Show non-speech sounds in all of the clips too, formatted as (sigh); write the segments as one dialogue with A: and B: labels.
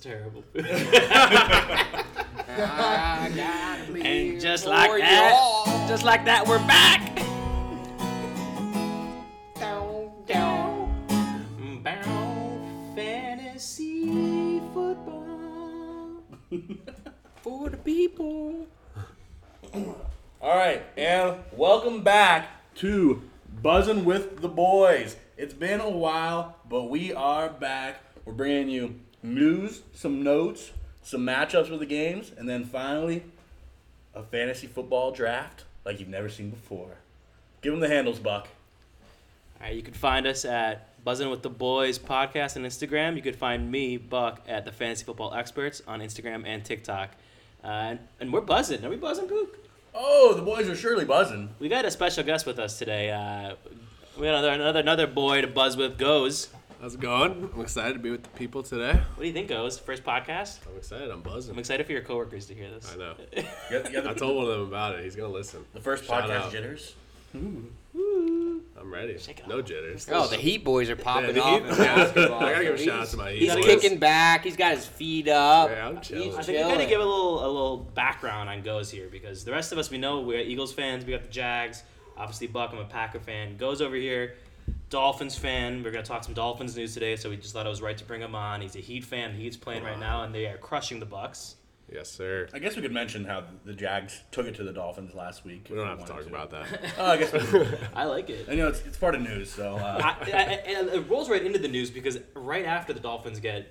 A: terrible
B: and
A: just like that, just like that, we're back. Bow, fantasy football for the people.
C: All right, and welcome back to Buzzing with the Boys. It's been a while, but we are back. We're bringing you news, some notes, some matchups with the games, and then finally, a fantasy football draft like you've never seen before. Give them the handles, Buck.
A: All right, you can find us at Buzzing with the Boys podcast on Instagram. You could find me, Buck, at the Fantasy Football Experts on Instagram and TikTok. Uh, and, and we're buzzing. Are we buzzing, Pook?
C: Oh, the boys are surely buzzing.
A: We've got a special guest with us today. Uh, we got another, another another boy to buzz with. Goes.
B: How's it going? I'm excited to be with the people today.
A: What do you think, Goes? First podcast.
B: I'm excited. I'm
A: I'm
B: (laughs) buzzing.
A: excited for your coworkers to hear this.
B: I know.
C: You got- you got
B: (laughs) I
C: the,
B: told one of them about it. He's gonna listen.
C: the first
B: Shout
C: podcast
B: out.
C: jitters.
B: I'm ready.
A: Shake it
B: No
A: off.
B: jitters.
D: Oh, the Heat boys are
B: Yeah,
D: popping
B: the
D: off
B: Heat-
D: in basketball.
B: (laughs)
D: (laughs)
B: I gotta give a
D: He's-
B: shout out to my
D: He's
B: Heat boys.
D: kicking back. He's got his feet up.
B: Yeah, I'm chilling.
D: He's
B: I
A: I think we gotta
D: chilling.
A: give a little a little background on Goes here because the rest of us we know we're Eagles fans. We got the Jags. Obviously, Buck. I'm a Packer fan. Goes over here, Dolphins fan. We're gonna talk some Dolphins news today, so we just thought it was right to bring him on. He's a Heat fan. Heat's playing right now, and they are crushing the Bucks.
B: Yes, sir.
C: I guess we could mention how the Jags took it to the Dolphins last week.
B: We don't have to talk about that.
C: (laughs) Oh, I guess. We,
A: I like it.
C: I know it's, it's part of news, so. Uh,
A: I, I, and it rolls right into the news because right after the Dolphins get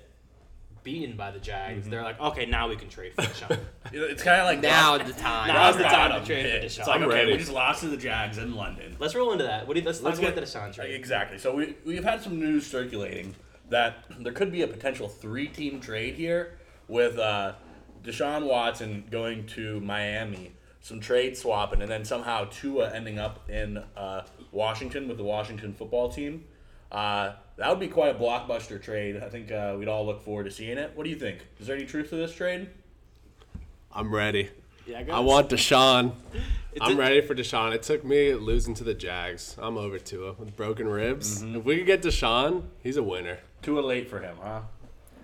A: beaten by the Jags, they're like, okay, now we can trade for Deshaun.
C: You know, It's kind of like
D: Now
C: Rob-
D: the time.
A: Now- Now's
C: Rob
A: the time
C: Gronkowski
A: to trade for
C: hit.
A: Deshaun.
C: It's like
B: I'm
C: okay,
B: ready.
C: we just lost to the Jags in London.
A: let's roll into that. What do you, let's, let's talk
C: get-
A: about the Deshaun trade.
C: Exactly. So we we've had some news circulating that there could be a potential three-team trade here with uh, Deshaun Watson going to Miami, some trade swapping, and then somehow Tua ending up in uh, Washington with the Washington football team. Uh, that would be quite a blockbuster trade. I think uh, we'd all look forward to seeing it. What do you think? Is there any truth to this trade?
B: I'm ready.
A: Yeah,
B: I
A: guys.
B: want Deshaun.
A: It's
B: I'm
A: a-
B: ready for Deshaun. It took me losing to the Jags. I'm over Tua with broken ribs. If we could get Deshaun, he's a winner.
C: Tua late for him, huh?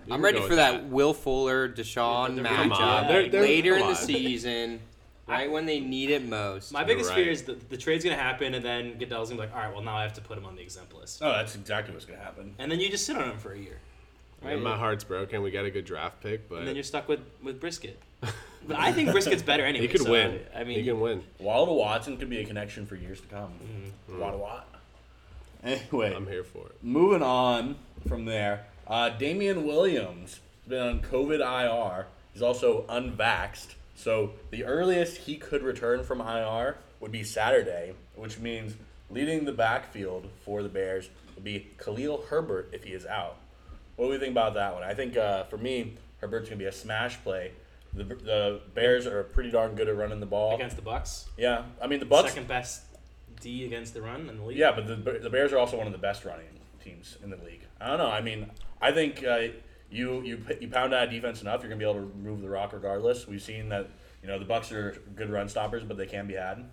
B: You
D: I'm
B: can
D: ready
B: go
D: for
B: with
D: that Will Fuller, Deshaun
B: Come
D: matchup
B: on, they're- they're-
D: later
B: come
D: in the
B: on.
D: season, right when they need it most.
A: My biggest
B: right.
A: fear is that the trade's gonna happen, and then Goodell's gonna be like, all right, well now I have to put him on the exempt list,
C: Oh, that's exactly what's gonna happen.
A: and then you just sit on him for a year, right?
B: And my heart's broken. We got a good draft pick, but
A: and then you're stuck with with
B: (laughs)
A: Brisket. But I think Brisket's better anyway.
B: he could
A: so,
B: win.
A: I mean,
B: he can win.
C: Waddle Watson could be a connection for years to come. Waddle Watt. Anyway,
B: I'm here for it.
C: moving on from there, uh, Damian Williams has been on COVID IR. He's also unvaxxed. So the earliest he could return from IR would be Saturday, which means leading the backfield for the Bears would be Khalil Herbert if he is out. What do we think about that one? I think uh, for me, Herbert's going to be a smash play. The, the Bears are pretty darn good at running the ball.
A: against the Bucks,
C: Yeah, I mean the Bucks.
A: second best D against the run in the league.
C: Yeah, but the, the Bears are also one of the best running teams in the league. I don't know. I mean, I think uh, you you p- you pound out defense enough, you're gonna be able to move the rock regardless. We've seen that you know the Bucks are good run stoppers, but they can be had.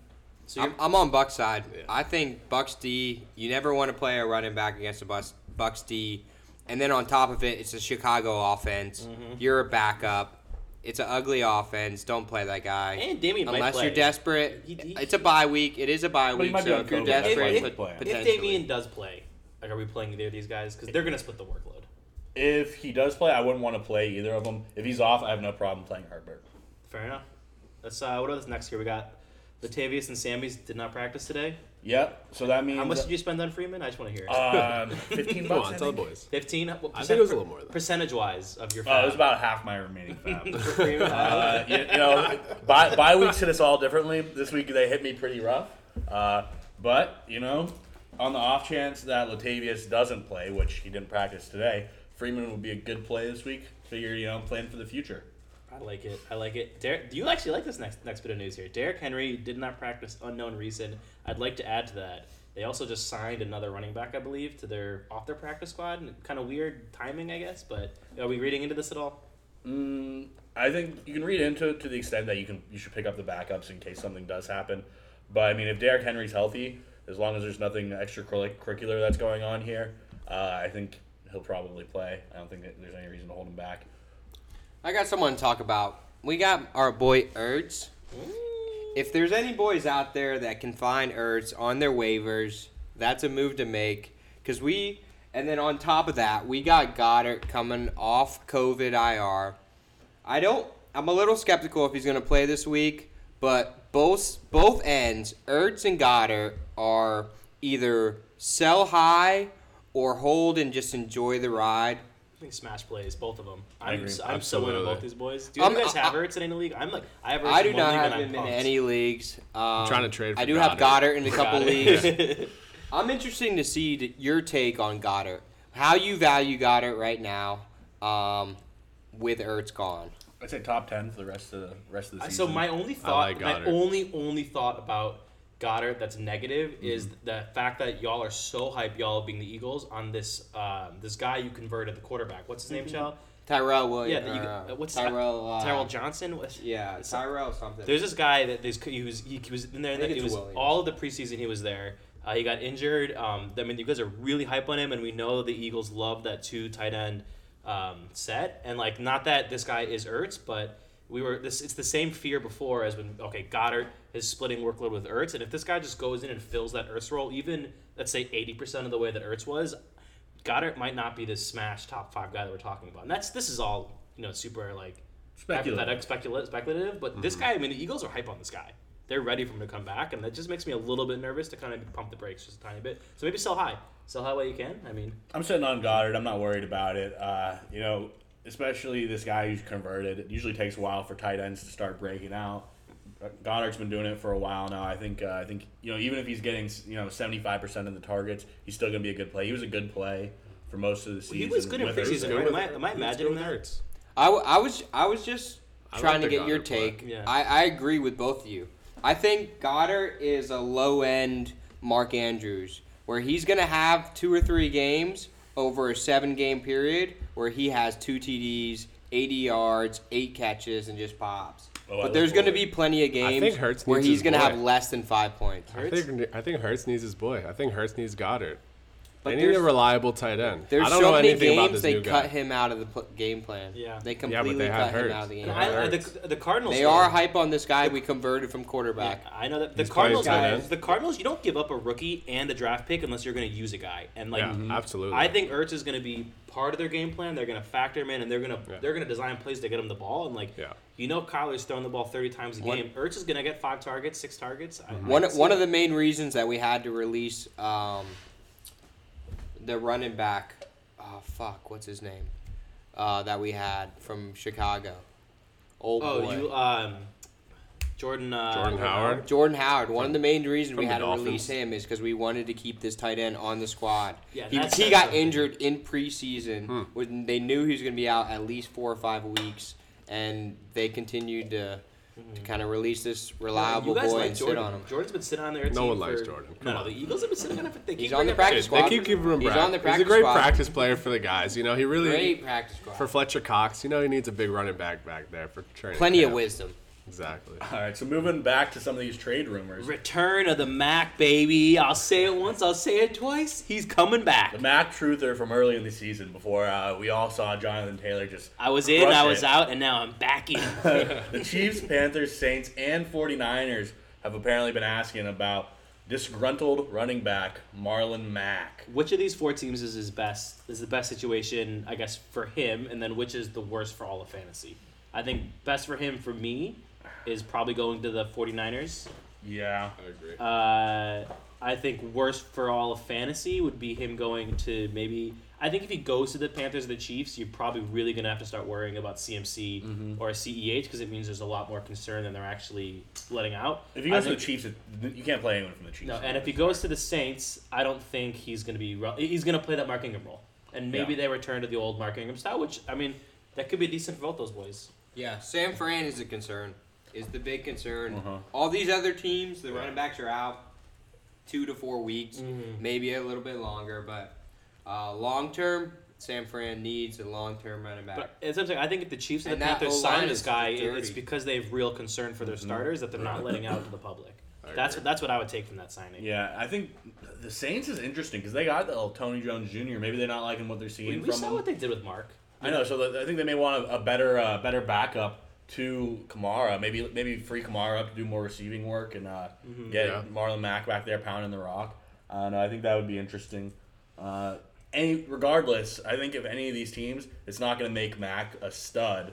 A: So you're,
D: I'm, I'm on Buck's side.
B: Yeah.
D: I think Bucks D. You never want to play a running back against a bus, Bucks D. And then on top of it, it's a Chicago offense.
A: Mm-hmm.
D: You're a backup. It's an ugly offense. Don't play that guy.
A: And Damian might
D: unless
A: play.
D: you're desperate.
A: He- he-
D: it's a bye week. It is a bye
C: he
D: week.
C: might be
D: So
C: on
D: if you're
C: COVID. That's why
D: desperate,
A: he
D: pot-
C: might play.
A: if
D: potentially.
A: Damien does play, like, are we playing either of these guys? Because they're gonna split the workload.
C: If he does play, I wouldn't want to play either of them. If he's off, I have no problem playing Herbert.
A: Fair enough. Let's. Uh, what about this next here? We got Latavius and Sammy's did not practice today.
C: Yep. So that means
A: How much did you spend on Freeman? I just want to hear. it.
C: Um, fifteen
B: (laughs) Come
C: bucks.
B: on,
C: I
B: tell the
C: think?
B: boys.
A: Fifteen. What
B: I
A: percent-
B: think it was a little more than that.
A: Percentage wise of your.
C: Oh, it
A: fab?
C: was about half my
B: (laughs)
C: remaining fab. (laughs)
A: For Freeman,
C: Uh, you, you know, bye, bye weeks hit us all differently. This week they hit me pretty rough. Uh, but, you know, on the off chance that Latavius doesn't play, which he didn't practice today, Freeman would be a good play this week. Figure, you know, plan for the future.
D: Uh,
A: I like it. I like it. Derek, do you actually like this next next bit of news here? Derek Henry did not practice unknown reason. I'd like to add to that. They also just signed another running back, I believe, to their off their practice squad. And kind of weird timing, I guess. But are we reading into this at all?
C: I think you can read into it to the extent that you can you should pick up the backups in case something does happen. But I mean, if Derrick Henry's healthy, as long as there's nothing extracurricular that's going on here, uh, I think he'll probably play. I don't think that there's any reason to hold him back.
D: I got someone to talk about. We got our boy Erds. If there's any boys out there that can find Ertz on their waivers, that's a move to make. Because we, and then on top of that, we got Goddard coming off COVID IR. I don't, I'm a little skeptical if he's going to play this week, but both both ends, Ertz and Goddard, are either sell high or hold and just enjoy the ride.
A: I think Smash plays both of them. I'm,
C: agree.
A: s- I'm so into
B: Absolutely.
A: both these boys. Do you
D: Um,
A: guys
D: I-
A: have Ertz in any league? I'm like I have Ertz
D: I do
A: in one
D: not
A: league
D: have
A: and I'm
D: him in
A: pumped.
D: any leagues. Um,
B: trying to trade for
D: I do have
B: Goddard.
D: Goddard in a couple
A: Got
D: leagues.
A: (laughs) it.
D: I'm interested to see th- your take on Goddard, how you value Goddard right now, um, with Ertz gone.
C: I'd say top ten for the rest of the rest of the
A: so
C: season.
A: my only thought,
B: like
A: my
B: Goddard.
A: only only thought about Goddard that's negative is the fact that y'all are so hype, y'all being the Eagles on this um, this guy you converted the quarterback. What's his name, Shell?
D: Tyrell Williams.
A: Yeah, that you,
D: uh,
A: uh, what's his-
D: Tyrell? uh,
A: Tyrell Johnson. What's-
D: Yeah,
A: so-
D: Tyrell something.
A: There's this guy that this he was he, was in there.
D: I think
A: It
D: it's
A: was
D: Williams.
A: all of the preseason he was there. Uh, he got injured. Um, I mean, you guys are really hype on him, and we know the Eagles love that two tight end um, set. And like, not that this guy is Ertz, but we were this. It's the same fear before as when okay Goddard is splitting workload with Ertz, and if this guy just goes in and fills that Ertz role, even let's say eighty percent of the way that Ertz was, Goddard might not be this smash top five guy that we're talking about. And that's this is all you know, super like
C: Speculative.
A: hypothetic, specula- speculative. But this guy, I mean, the Eagles are hype on this guy. They're ready for him to come back, and that just makes me a little bit nervous to kind of pump the brakes just a tiny bit. So maybe sell high, sell high while you can. I mean,
C: I'm sitting on Goddard. I'm not worried about it. Uh, you know, especially this guy who's converted. It usually takes a while for tight ends to start breaking out. Goddard's been doing it for a while now. I think. Uh, I think you know, even if he's getting you know 75 percent of the targets, he's still going to be a good play. He was a good play for most of the season.
A: he was good in
C: with
A: preseason,
C: Ertz.
A: right? Am I- am I imagining that?
B: Ertz.
D: I, w- I was I was just
B: I
D: trying to
B: like the
D: get your
B: Goddard play.
D: take.
A: Yeah.
D: I, I agree with both of you. I think Goddard is a low end Mark Andrews, where he's gonna have two or three games over a seven game period where he has two TDs, eighty yards, eight catches, and just pops.
C: Oh, I
D: but
C: look
D: there's gonna
C: forward.
D: be plenty of games
B: think Hurts
D: where
B: needs
D: he's
B: his
D: gonna
B: boy.
D: have less than five points.
B: I think I think Hertz needs his boy. I think Hertz needs Goddard.
D: But
B: they need a
D: there's-
B: reliable tight end.
D: There's
B: I don't
D: so
B: know
D: many
B: anything about
D: games
B: this
D: they
B: new
D: cut
B: guy.
D: him out of the pl- game plan.
A: Yeah.
D: They
A: Yeah,
B: but
D: completely
B: they had
D: cut him
B: Hurts.
D: out of the game
A: And
D: plan.
A: I, I, the,
B: Ertz.
A: the Cardinals.
D: They
A: though,
D: are hype on this guy we converted from quarterback.
A: I know that the
B: He's playing
A: Cardinals.
B: tight
A: Guys,
B: end.
A: the Cardinals. You don't give up a rookie and a draft pick unless you're going to use a guy. And like,
B: Yeah,
D: Mm-hmm.
B: Mhm. absolutely.
A: I think Ertz is going to be part of their game plan. They're going to factor him in, and they're going to
B: Yeah.
A: they're going to design plays to get him the ball. And like,
B: Yeah.
A: you know, Kyler's throwing the ball thirty times a
D: One- Mm-hmm.
A: game. Ertz is going to get five targets, six targets. I- I
D: One
A: can see
D: one
A: it.
D: of the main reasons that we had to release um, the running back, oh fuck, what's his name, uh, that we had from Chicago, old
A: Oh,
D: boy
A: you um, Jordan. Uh,
B: Jordan Howard.
D: Jordan Howard. One of the main reasons we
B: from the
D: had to
B: Dolphins.
D: release him is because we wanted to keep this tight end on the squad.
A: Yeah,
D: he,
A: that
D: he
A: says
D: got
A: something.
D: injured in preseason when they knew he was going to be out at least four or five weeks, and they continued to. To kind of release this reliable
A: Mm-hmm. you guys
D: boy
A: like
D: and
A: Jordan.
D: sit on him.
A: Jordan's been sitting on their team.
B: one likes
A: for-
B: Jordan.
A: No,
B: Come
A: no,
B: on.
A: the Eagles have been sitting on him for they
D: He's
A: keep
D: on the
A: bringing him
D: practice
A: back.
D: squad.
B: They keep giving him.
D: He's
B: Brad.
D: on the practice
B: He's a great
D: squad.
B: practice player for the guys. You know, he really
D: Great practice squad.
B: for Fletcher Cox. You know, he needs a big running back back there for training.
D: Plenty of
B: camp.
D: wisdom.
B: Exactly.
C: All right, so moving back to some of these trade rumors.
A: Return of the Mac, baby. I'll say it once, I'll say it twice. He's coming back.
C: The Mac Truther from early in the season, before uh, we all saw Jonathan Taylor just
A: I was in,
C: crush
A: I
C: it.
A: was out, and now I'm back in. (laughs)
C: the Chiefs, Panthers, Saints, and 49ers have apparently been asking about disgruntled running back Marlon Mack.
A: which of these four teams is his best? Is the best situation, I guess, for him, and then which is the worst for all of fantasy? I think best for him for me is probably going to the 49ers.
C: Yeah.
B: I agree.
A: Uh, I think worst for all of fantasy would be him going to maybe. I think if he goes to the Panthers or the Chiefs, you're probably really going to have to start worrying about CMC
C: Mm-hmm.
A: or CEH because it means there's a lot more concern than they're actually letting out.
C: If he
A: I
C: goes to the
A: think-
C: Chiefs, it- you can't play anyone from the Chiefs.
A: no, and if he goes to the Saints, I don't think he's going to be. ru- He's going to play that Mark Ingram role, and maybe
C: Yeah.
A: they return to the old Mark Ingram style, which I mean, that could be decent for both those boys.
D: Yeah, Sam Fran is a concern. Is the big concern.
C: Uh-huh.
D: All these other teams, the running backs are out two to four weeks, maybe a little bit longer, but uh, long term, Sam Fran needs a long term running back.
A: But as I'm saying, I think if the Chiefs and,
D: And
A: the
D: that
A: Panthers
D: O-line
A: sign this
D: is
A: guy, it- it's
D: dirty.
A: because they have real concern for their
C: Mm-hmm.
A: starters that they're not letting out to
D: (laughs)
A: the public. That's
B: agree.
A: that's what I would take from that signing.
C: Yeah, I think the Saints is interesting because they got the little Tony Jones Jr. Maybe they're not liking what they're
A: We,
C: seeing
A: we
C: from
A: saw
C: him.
A: what they did with Mark.
C: I know. So the, I think they may want a, a better uh, better backup to Kamara. Maybe maybe free Kamara up to do more receiving work and uh, get
B: Mm-hmm. Yeah.
C: Marlon Mack back there pounding the rock. I don't know. I think that would be interesting. Uh, any regardless, I think if any of these teams, it's not going to make Mack a stud.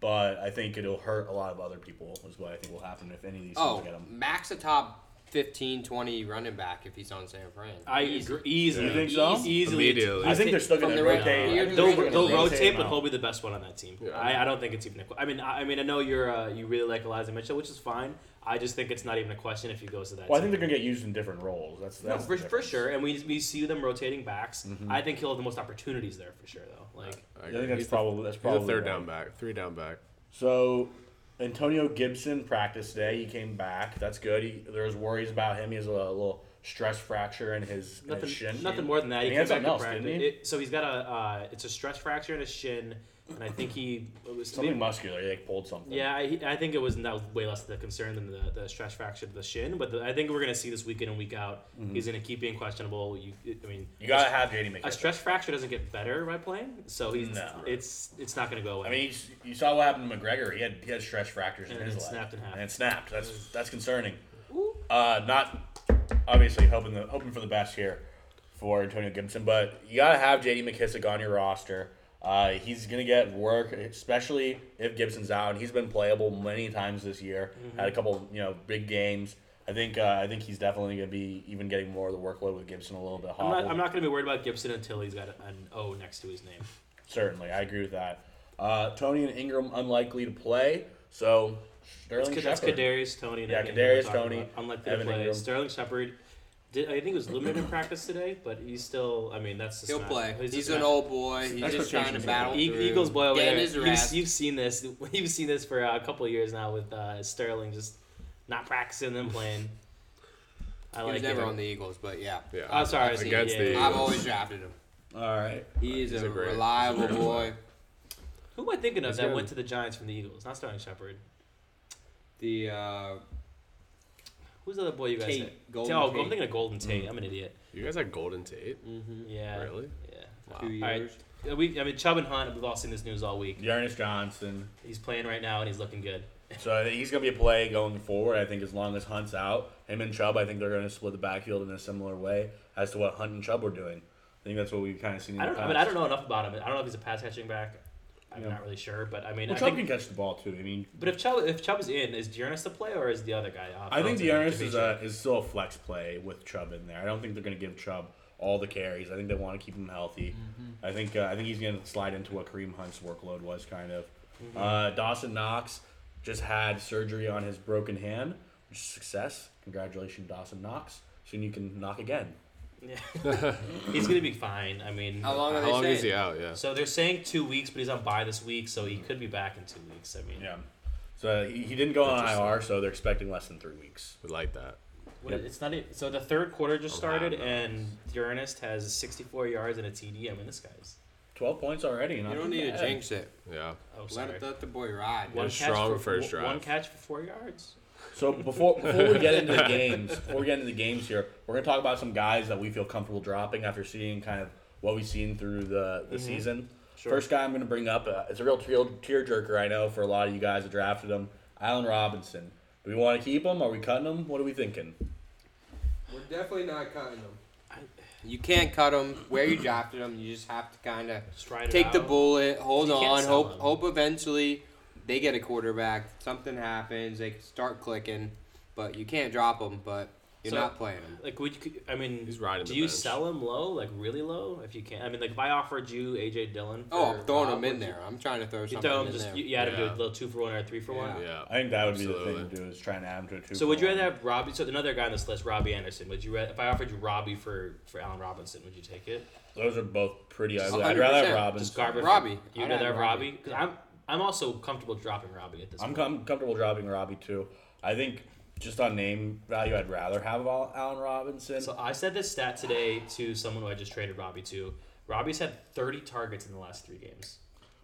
C: But I think it'll hurt a lot of other people, is what I think will happen if any of these teams
D: Oh,
C: get him.
D: Max a top 15, 20 running back if he's on San Fran.
A: I
D: Easy.
A: agree. Easily.
C: You think so?
A: Easily.
B: Immediately.
C: I, think they're still going
D: from
C: to
D: the right-
C: rotate. I
D: you're
C: think
A: They'll,
C: they're gonna
A: they'll rotate,
C: him
A: but
C: out.
A: he'll be the best one on that team.
B: Yeah.
A: I, I don't think it's even. A, que- I mean, I, I mean, I know you're uh, you really like Eliza Mitchell, which is fine. I just think it's not even a question if he goes to that.
C: Well, I
A: team.
C: think they're going to get used in different roles. That's,
A: No,
C: that's
A: for,
C: the
A: for
C: difference. Mm-hmm.
A: sure, and we, we see them rotating backs. I think he'll have the most opportunities there for sure, though. Like,
C: I think that's
B: he's
C: probably that's
B: the, he's
C: probably
B: a third
C: right.
B: down back, three down back.
C: So Antonio Gibson practiced today. He came back. That's good. He, there was worries about him. He has a little stress fracture in his, in his
A: nothing,
C: shin.
A: nothing more than that.
C: He
A: He
C: had
A: came
C: something
A: back to
C: else, didn't
A: practice.
C: he?
A: It- so he's got a uh, it's a stress fracture in his shin, and I think he it was
C: Something muscular. He like pulled something.
A: Yeah, I, I think it was that was way less the concern than the, the stress fracture to the shin, but the, I think we're gonna see this week in and week out.
C: Mm-hmm.
A: He's gonna keep being questionable. You, I mean,
C: You gotta have J.D.
A: a
C: McKissick.
A: stress fracture doesn't get better by playing, so he's
C: No.
A: it's it's not gonna go away.
C: I mean, he's, you saw what happened to McGregor. He had he had stress fractures in
A: And
C: his
A: it
C: leg.
A: snapped in half.
C: And it snapped. That's that's concerning. Uh, not obviously hoping the hoping for the best here for Antonio Gibson, but you gotta have J.D. McKissick on your roster. Uh, he's gonna get work, especially if Gibson's out, and he's been playable many times this year.
A: Mm-hmm.
C: Had a couple, you know, big games. I think uh, I think he's definitely gonna be even getting more of the workload with Gibson a little bit.
A: I'm not,
C: hobbled.
A: I'm not gonna be worried about Gibson until he's got an O next to his name.
C: Certainly, I agree with that. Uh, Tony and Ingram unlikely to play, so Sterling
A: That's, that's
C: Shepard.
A: Kadarius Tony. And
C: Yeah,
A: Evan Ingram
C: Kadarius
A: we're talking
C: Toney,
A: about. Unlikely to
C: Evan
A: play.
C: Ingram.
A: Sterling Shepard. Did, I think it was limited in practice today, but he's still. I mean, that's the
D: He'll play.
A: smack.
D: He's,
A: the
D: an
A: smack.
D: old boy. He's just trying to
C: Expectations are
D: battle
A: E-
D: through.
A: Eagles boy over
D: Damn
A: there.
D: his
A: You've,
D: ass.
A: you've seen this. (laughs) You've seen this for uh, a couple of years now with uh, Sterling just not practicing and playing. I
D: he
A: like
D: was never
A: it.
D: on the Eagles, but yeah.
B: Yeah.
A: I'm sorry.
D: I've
A: see,
B: Against
A: yeah.
B: the-
D: I've always drafted him.
C: All right.
D: He is
B: He's
D: a,
B: a great-
D: reliable boy.
A: Who am I thinking of
B: He's
A: that
B: good.
A: went to the Giants from the Eagles? Not Sterling Shepard.
D: The uh,
A: Who's the other boy you guys?
D: Tate,
A: had?
D: Golden
A: oh,
D: Tate.
A: I'm thinking of Golden Tate. I'm an idiot.
B: You guys had Golden Tate?
A: Yeah.
B: Hmm. Really?
A: Yeah.
D: Mm-hmm. two
A: All right.
D: years.
A: Uh, We, I mean, Chubb and Hunt. We've all seen this news all week.
C: Dearness Johnson.
A: He's playing right now and he's looking good.
C: So I think he's going to be a play going forward. I think as long as Hunt's out, him and Chubb, I think they're going to split the backfield in a similar way as to what Hunt and Chubb were doing. I think that's what we've kind of seen. In
A: I don't.
C: the
A: I
C: past.
A: mean, I don't know enough about him. I don't know if he's a pass catching back. I'm
C: Yeah.
A: not really sure, but I mean,
C: Well,
A: I
C: Chubb
A: think.
C: can catch the ball too. I mean,
A: But if Chubb if Chubb is in, is Dearness the play or is the other guy? Uh,
C: I think
A: Felton,
C: Dearness is
A: Dimitri?
C: a, is still a flex play with Chubb in there. I don't think they're going to give Chubb all the carries. I think they want to keep him healthy.
D: Mm-hmm.
C: I think uh, I think he's going to slide into what Kareem Hunt's workload was kind of.
D: Mm-hmm.
C: Uh, Dawson Knox just had surgery on his broken hand, which is success. Congratulations, Dawson Knox. Soon you can knock again.
A: Yeah. (laughs) he's gonna be fine. I mean,
D: How long are
B: How
D: they
B: long
D: saying?
B: is he out? Yeah.
A: so they're saying two weeks, but he's on bye this week, so he could be back in two weeks. I mean,
C: Yeah. So uh, he, he didn't go on
B: Interesting.
C: IR, so they're expecting less than three weeks.
B: We like that.
A: what-
C: Yep.
A: it's not. e- So the third quarter just
B: Around
A: started,
B: those.
A: and Dearness has 64 yards and a TD. I mean, this guy's.
C: Twelve points already.
D: You don't need to jinx it.
B: Yeah.
A: Oh, sorry.
D: Let, let the boy ride.
A: One
B: a
A: catch
B: strong
A: for,
B: first
A: One
B: drive.
A: catch for four yards.
C: So before before we get into the games, before we get into the games here, we're gonna talk about some guys that we feel comfortable dropping after seeing kind of what we've seen through the, the season.
A: Mm-hmm. Sure.
C: First guy I'm gonna bring up, uh, it's a real tear tearjerker, I know, for a lot of you guys that drafted him, Allen Robinson. Do we want to keep him? Are we cutting him? What are we thinking?
E: We're definitely not cutting him.
D: You can't cut him where you drafted him. You just have to kind of
A: Just ride it
D: take the
A: out.
D: bullet, hold
A: You can't
D: on,
A: sell
D: hope
A: him.
D: hope eventually they get a quarterback. Something happens, they start clicking, but you can't drop them. But you're
A: So-
D: not playing them.
A: Like would you, I mean,
B: He's riding
A: do
B: the
A: you
B: bench.
A: sell him low, like really low, if you can? I mean, like if I offered you AJ Dillon,
D: Oh,
A: for
D: I'm throwing
A: Rob,
D: them in
A: would
D: there. I'm trying to throw
A: You, you
D: something
A: throw him
D: in
A: just
D: there.
A: you, you add him to a
B: Yeah.
A: little two for one or a three for one.
D: Yeah.
B: Yeah.
C: I think that would be the
B: Absolutely.
C: thing to do is try and add him to a two.
A: So would you
C: for
A: rather
C: one.
A: have Robbie? So another guy on this list, Robbie Anderson. Would you ra- if I offered you Robbie for for Allen Robinson, would you take it?
C: Those are both pretty ugly. I'd
D: 100%.
C: rather have Robinson.
A: Just Garber.
D: Robbie.
A: You'd
D: I'd
A: rather
D: have
A: have Robbie
D: Robbie.
A: because I'm I'm also comfortable dropping Robbie at this.
C: I'm
A: point.
C: com- comfortable dropping Robbie too. I think just on name value, I'd rather have Al- Allen Robinson.
A: So I said this stat today to someone who I just traded Robbie to. Robbie's had 30 targets in the last three games.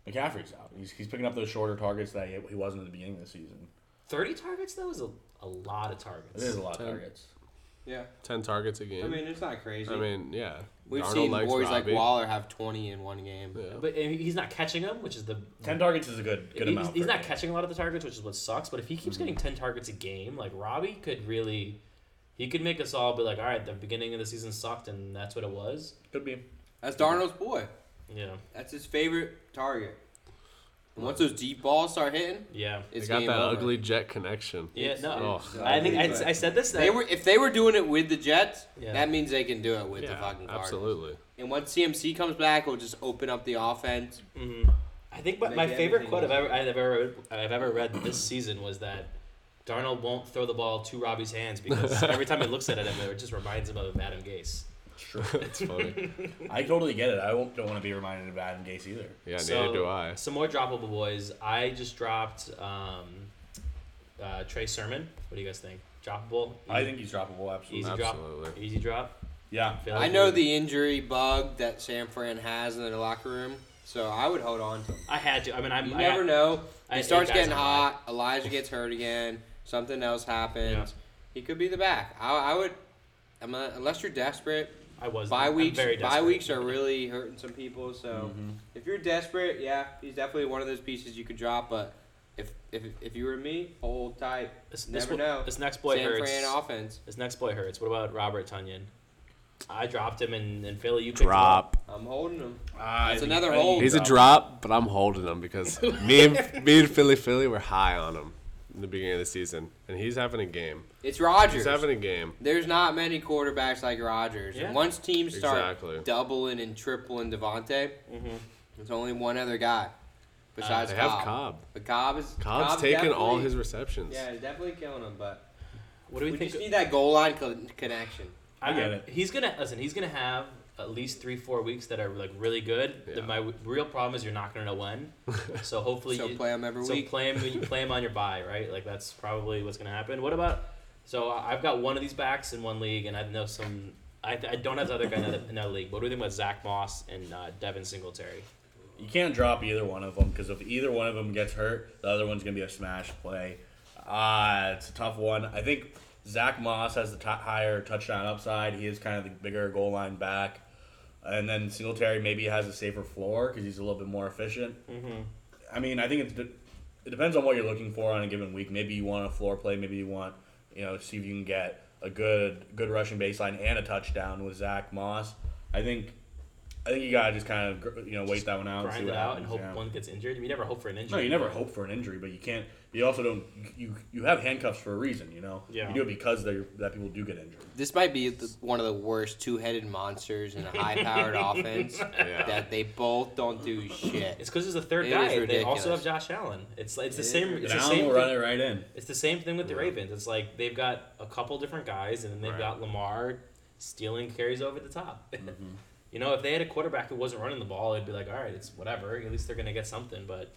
C: McCaffrey's out. He's, he's picking up those shorter targets that he, he wasn't at the beginning of the season.
A: 30 targets though is a, a lot of targets.
C: There's a lot of targets.
D: Yeah.
B: ten targets a game.
D: I mean, it's not crazy.
B: I mean, yeah.
D: We've
B: Darnold
D: seen
B: likes
D: boys like
B: Robbie.
D: Waller have 20 in one game.
B: Yeah.
A: But and he's not catching them, which is the
C: Ten targets is a good good
A: he's,
C: amount.
A: he's
C: for
A: not
C: me. Mm-hmm.
A: catching a lot of the targets, which is what sucks. But if he keeps getting ten targets a game, like Robbie could really, he could make us all be like, all right, the beginning of the season sucked, and that's what it was.
C: Could be.
D: That's Darnold's boy.
A: Yeah,
D: That's his favorite target. And once those deep balls start hitting,
A: yeah,
B: They
D: it's
B: got
D: game
B: that
D: over.
B: ugly jet connection.
A: yeah.
D: It's-
A: No,
D: it's
B: Oh.
A: I think
D: ugly,
A: I, I
D: but
A: said this.
D: they
A: that-
D: were if they were doing it with the Jets,
A: Yeah.
D: that means they can do it with the
B: Yeah,
D: fucking Cardinals.
B: absolutely. (laughs)
D: And once CMC comes back, we'll just open up the offense.
A: Mhm. I think my,
D: Make
A: my favorite
D: everything
A: quote I've ever I've ever I've ever read this season was that Darnold won't throw the ball to Robbie's
C: (laughs)
A: hands because every time he looks at it, it just reminds him of Adam Gase.
C: Sure.
B: It's funny.
C: (laughs) I totally get it. I won't, don't want to be reminded of Adam Gase either.
A: (laughs)
B: Yeah,
A: So,
B: neither do I.
A: Some more droppable boys. I just dropped um, uh, Trey Sermon. What do you guys think? Droppable?
C: I think he's droppable. Absolutely.
A: easy drop.
B: Absolutely.
A: Easy drop.
C: Yeah.
A: Feel
D: I
A: like
D: know
A: we-
D: the injury bug that San Fran has in the locker room, so I would hold on to him.
A: I had to. I mean, I'm.
D: You
A: I
D: never
A: got-
D: know.
A: I
D: He
A: had
D: starts
A: eight guys
D: getting
A: on my-
D: hot. Elijah gets hurt again. Something else happens. He could be the back. I, I would. I'm a, unless you're desperate,
A: I was.
D: bye
A: I'm
D: weeks.
A: Very
D: Bye
A: desperate. Mm-hmm.
D: weeks are really hurting some people. So if you're desperate, yeah, he's definitely one of those pieces you could drop. But if if, if you were me, hold tight.
A: This, this
D: Never
A: one-
D: know.
A: This next boy
D: San
A: hurts.
D: Fran offense.
A: This next boy hurts. What about Robert Tunyon? I dropped him in, in Philly. You picked him up.
B: Drop.
D: I'm holding him.
C: I
D: It's
C: think-
D: another
C: I think
D: hole.
B: He's a drop, but I'm holding him because me and me and Philly Philly were high on him in the beginning of the season, and he's having a game.
D: It's Rogers.
B: He's having a game.
D: There's not many quarterbacks like Rodgers.
A: Yeah.
D: And once teams start
B: Exactly.
D: doubling and tripling Devontae, there's only one other guy besides
B: Uh, They
D: Cobb.
B: have Cobb.
D: But Cobb is
B: Cobb's
D: Cobb
B: taking all
D: definitely-
B: his receptions.
D: Yeah, he's definitely killing him. But
A: What do
D: we
A: we, think?
D: just need that goal line co- connection.
A: I
C: get
A: I-
C: it.
A: He's gonna listen. He's gonna have at least three, four weeks that are like really good. The,
B: Yeah.
A: my w- real problem is you're not gonna know
B: (laughs)
A: when. So hopefully,
D: So
A: you,
D: play him every
A: so
D: week.
A: play him. You play him on your bye, right? Like that's probably what's gonna happen. What about? So I- I've got one of these backs in one league, and I know some. I, I don't have the other guy in another, another league. What do we think about Zach Moss and uh, Devin Singletary?
C: You can't drop either one of them because if either one of them gets hurt, the other one's gonna be a smash play. Ah, it's a tough one. I think Zach Moss has the t- higher touchdown upside. He is kind of the bigger goal line back, and then Singletary maybe has a safer floor because he's a little bit more efficient.
A: Mm-hmm.
C: I mean, I think it's de- it depends on what you're looking for on a given week. Maybe you want a floor play. Maybe you want you know see if you can get a good good rushing baseline and a touchdown with Zach Moss. I think I think you gotta just kind of gr- you know wait that one out, and see
A: Grind
C: what
A: it out
C: happens,
A: and hope
C: yeah.
A: one gets injured. You never hope for an injury.
C: No, you never hope for an injury, but you can't. You also don't. You you have handcuffs for a reason, you know.
A: Yeah.
C: You do it because they that people do get injured.
D: This might be the, one of the worst two-headed monsters
B: (laughs)
D: in a high-powered offense
B: Yeah.
D: that they both don't do shit.
A: It's because he's the third
D: It
A: guy.
D: is
A: They also have
D: ridiculous.
A: Josh Allen. It's like it's the
D: It is
A: same. It's
C: Down,
A: the same.
C: we'll
A: thing-
C: run it right in.
A: It's the same thing with the Ravens. It's like they've got a couple different guys, and then they've
B: Right.
A: got Lamar stealing carries over the top. (laughs)
B: Mm-hmm.
A: you know, if they had a quarterback who wasn't running the ball, it'd be like, all right, it's whatever. At least they're gonna get something. But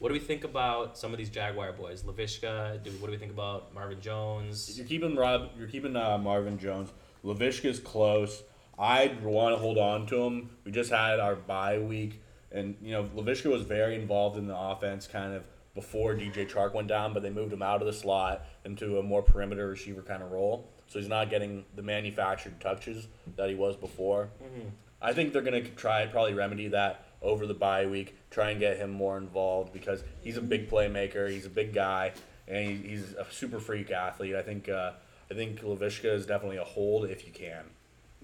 A: what do we think about some of these Jaguar boys? Lavishka. Do, what do we think about Marvin Jones?
C: You're keeping Rob. You're keeping uh, Marvin Jones. Lavishka's close. I'd want to hold on to him. We just had our bye week, and you know Lavishka was very involved in the offense, kind of before DJ Chark went down. But they moved him out of the slot into a more perimeter receiver kind of role. So he's not getting the manufactured touches that he was before. I think they're gonna try probably remedy that over the bye week. Try and get him more involved because he's a big playmaker. He's a big guy, and he, he's a super freak athlete. I think uh, I think Lavishka is definitely a hold if you can.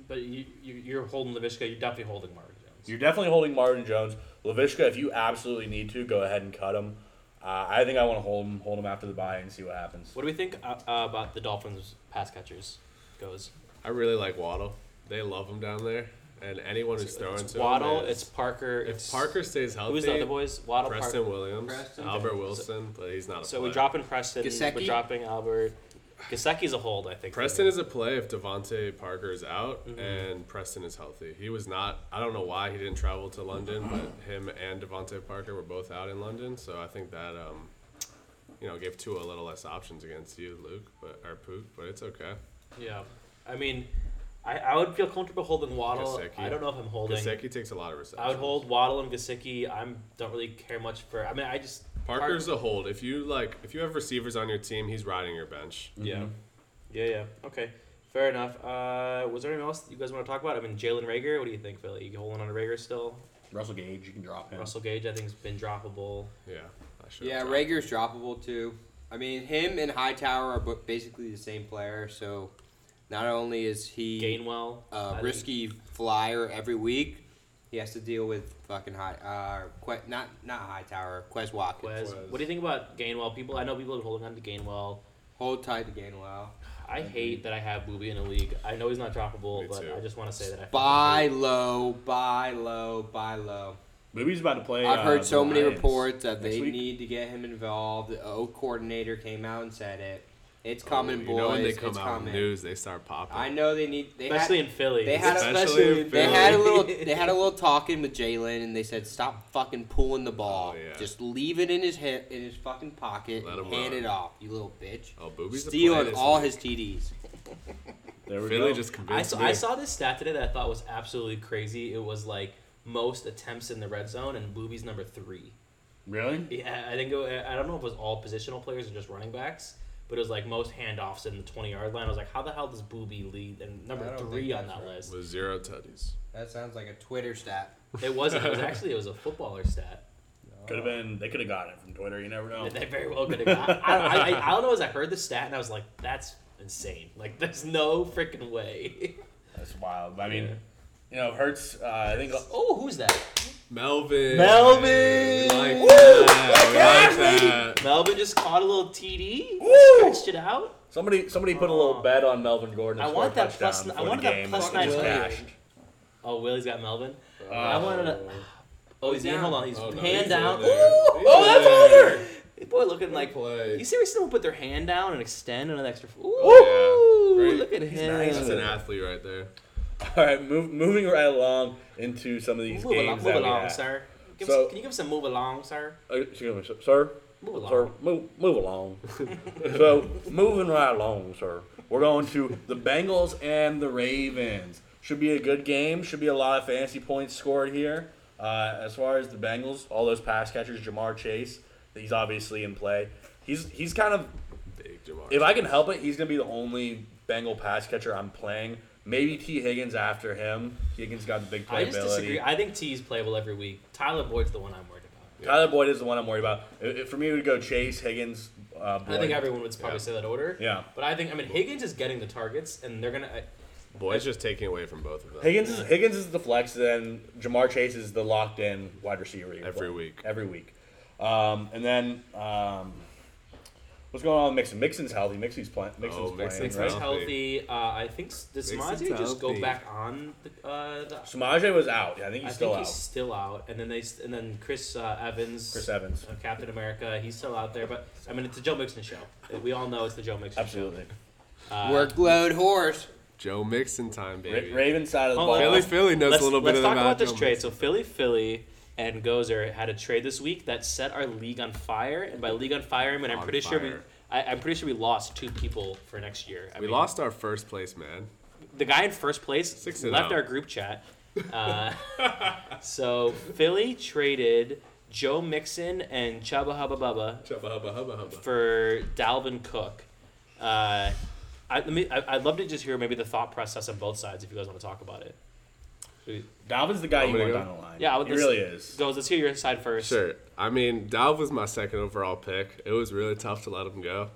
A: But you, you you're holding Lavishka. You're definitely holding Marvin Jones.
C: You're definitely holding Marvin Jones. Lavishka, if you absolutely need to, go ahead and cut him. Uh, I think I want to hold him hold him after the bye and see what happens.
A: what do we think uh, uh, about the Dolphins pass catchers? Goes.
B: I really like Waddle. They love him down there, and anyone who's throwing
A: It's
B: to
A: Waddle.
B: him. is-
A: It's Parker. It's
B: if Parker stays healthy.
A: Who's the other boys? Waddle.
B: Preston
A: Parker.
B: Williams,
D: Preston.
B: Albert Wilson, but he's not a
A: So
B: player.
A: we're dropping Preston. We're
D: Gesicki?
A: dropping Albert. Gasecki's a hold, I think. for
B: Preston
A: me.
B: is a play if Devonte Parker is out
A: Mm-hmm.
B: and Preston is healthy. He was not. I don't know why he didn't travel to London,
A: Mm-hmm.
B: but him and Devonte Parker were both out in London. So I think that um, you know, gave Tua a little less options against you, Luke, but or Pook, but it's okay.
A: Yeah, I mean, I, I would feel comfortable holding Waddle.
B: Gesicki.
A: I don't know if I'm holding.
B: Gasecki takes a lot of receptions.
A: I would hold Waddle and Gasicki. I'm don't really care much for. I mean, I just
B: Parker's a hold. If you like, if you have receivers on your team, he's riding your bench.
A: yeah, yeah, yeah. Okay, Fair enough. Uh, was there anyone else you guys want to talk about? I mean, Jalen Rager. What do you think, Philly? You holding on to Rager still?
C: Russell Gage, you can drop him.
A: Russell Gage, I think, has been droppable.
B: Yeah. I should've
D: Yeah,
B: dropped
D: Rager's droppable too. I mean, him and Hightower are bo- basically the same player, so not only is he
A: Gainwell, I
D: uh,
A: think.
D: risky flyer every week. He has to deal with fucking high, uh, que- not not high tower, Quez Watkins.
A: Wes,
B: Wes.
A: what do you think about Gainwell? People, I know people are holding on to Gainwell.
D: Hold tight to Gainwell.
A: I hate that I have Booby in a league. I know he's not droppable,
B: Me
A: but
B: too.
A: I just want to say that I
D: Buy low, buy low, buy low.
C: Movie's about to play.
D: I've
C: uh,
D: heard
C: the
D: so many
C: Lions.
D: reports that
C: next
D: they
C: week.
D: need to get him involved. The O coordinator came out and said it. It's
B: Oh,
D: coming,
B: you
D: boys.
B: know when they come
D: it's
B: out
D: coming.
B: with news, they start popping.
D: I know they need. They
A: especially
D: had,
A: in Philly.
D: they had a,
B: Especially in
D: they had a
B: Philly.
D: little
B: (laughs)
D: they had a little talking with Jalen and they said stop fucking pulling the ball.
B: Oh, yeah.
D: Just leave it in his head in his fucking pocket
B: Let
D: and
B: him
D: hand
B: run.
D: it off, you little bitch.
B: Oh, boobies. are playing
D: Stealing
B: this
D: all
B: week.
D: his TDs.
C: There we
B: Philly
C: go.
B: just
A: I
B: convinced
A: saw,
B: me.
A: I saw this stat today that I thought was absolutely crazy. It was like most attempts in the red zone, and Booby's number three.
C: really.
A: Yeah, I think it, wa- I don't know if it was all positional players or just running backs, but it was like most handoffs in the twenty yard line. I was like, how the hell does Booby lead and
D: I
A: number
D: don't
A: three
D: think
A: on
D: that's
A: that
D: right.
A: list?
B: with zero tutties.
D: That sounds like a Twitter stat.
A: It wasn't. It was actually it was a footballer stat.
C: Could have been. They could have got it from Twitter. You never
A: (laughs)
C: know.
A: They very well could have. got- I, I, I, I don't know. As I heard the stat, and I was like, that's insane. Like, there's no freaking way. (laughs)
C: That's wild. I mean,
A: Yeah.
C: you know, Hurts. Uh, I think.
A: oh, who's that?
B: Melvin.
C: Melvin!
B: We like
C: Woo!
B: that. We like that.
A: Melvin just caught a little TD,
C: Woo!
A: stretched it out.
C: Somebody, somebody put a little
A: Oh.
C: bet on Melvin Gordon. to
A: I
C: score
A: want
C: a
A: that
C: touchdown
A: plus- I
C: before
A: want
C: the
A: that
C: game,
A: plus
C: but it was
A: nine
C: cashed. (laughs)
D: million.
A: Oh, Willie's got Melvin. I
C: Oh.
A: wanted to. Oh, he's in.
D: down.
A: Hold on, he's
B: Oh, no,
A: hand
B: he's
A: down.
B: in there.
A: Ooh!
B: He's
A: oh,
B: in
A: that's
B: there.
A: older. This boy looking like.
B: play.
A: You seriously don't put their hand down and extend on an extra. Ooh,
B: Oh, yeah. Great.
A: look at
C: He's
A: him.
C: nice.
B: That's an athlete right there.
C: All right, move, moving right along into some of these
A: Move along,
C: games
A: move
C: that we
A: along
C: had.
A: sir. Give
C: So-
A: us, can you give us a move along, sir?
C: Uh, excuse me, sir- sir.
A: Move along.
C: Sir, move, move
A: (laughs)
C: along. so, moving right along, sir. We're going to the Bengals and the Ravens. Should be a good game. Should be a lot of fantasy points scored here. Uh, as far as the Bengals, all those pass catchers, Jamar Chase, he's obviously in play. He's he's kind of,
B: Big Jamar.
C: if I can help it, he's gonna be the only Bengal pass catcher I'm playing. Maybe T Higgins after him. Higgins got the big playability.
A: I just disagree. I think T is playable every week. Tyler Boyd's the one I'm worried about.
C: Tyler Boyd is the one I'm worried about. If- if- for me, it would go Chase, Higgins, uh, Boyd.
A: I think everyone would probably
B: Yeah.
A: say that order.
C: Yeah.
A: But I think I mean Higgins is getting the targets, and they're gonna.
B: Boy's just taking away from both of them.
C: Higgins is, Higgins is the flex, then Jamar Chase is the locked in wide receiver. you're
B: Every
C: playing.
B: week.
C: Every week. Um, and then um, what's going on with Mixon? Mixon's healthy. Mixon's, play, Mixon's playing.
B: Oh, Mixon's
C: right?
A: He's healthy. Uh, I think s- does
B: Makes
A: Samaje
B: it
A: just go
B: healthy.
A: back on the? Uh, the
C: Samaje was out. Yeah, I think
A: I
C: he's still
A: think
C: out.
A: he's still out, and then they s- and then Chris uh, Evans,
C: Chris Evans.
A: uh, Captain America, he's still out there. But I mean, it's the Joe Mixon show. We all know it's the Joe Mixon
C: Absolutely.
A: show.
D: (laughs)
A: Uh,
D: Workload horse.
B: Joe Mixon time,
C: Ra-
B: baby.
C: Raven side of the
A: Oh,
C: ball.
B: Philly, Philly knows
A: let's,
B: a little bit
A: let's talk
B: about,
A: about this
B: Joe
A: trade.
B: Mixon.
A: So Philly, Philly, and Gozer had a trade this week that set our league on fire. And by league on fire, I mean I'm
B: On
A: pretty sure we,
B: fire.
A: I, I'm pretty sure we lost two people for next year. I
B: We
A: mean,
B: lost our first place, man.
A: the guy in first place.
B: Six and
A: left
B: oh.
A: our group
B: (laughs)
A: chat. Uh, so Philly traded Joe Mixon and Chubba Hubba Bubba
B: Hubba hubba hubba hubba.
A: for Dalvin Cook. Uh, I, let me. I, I'd love to just hear maybe the thought process on both sides if you guys want to talk about it.
C: Dalvin's the guy
B: I'm
C: you
B: gonna
C: want
B: go.
C: down the line.
A: Yeah, I would
C: he
A: listen-
C: really is.
A: Goes. Let's hear your side first.
B: Sure. I mean, Dalv was my second overall pick. It was really tough to let him go.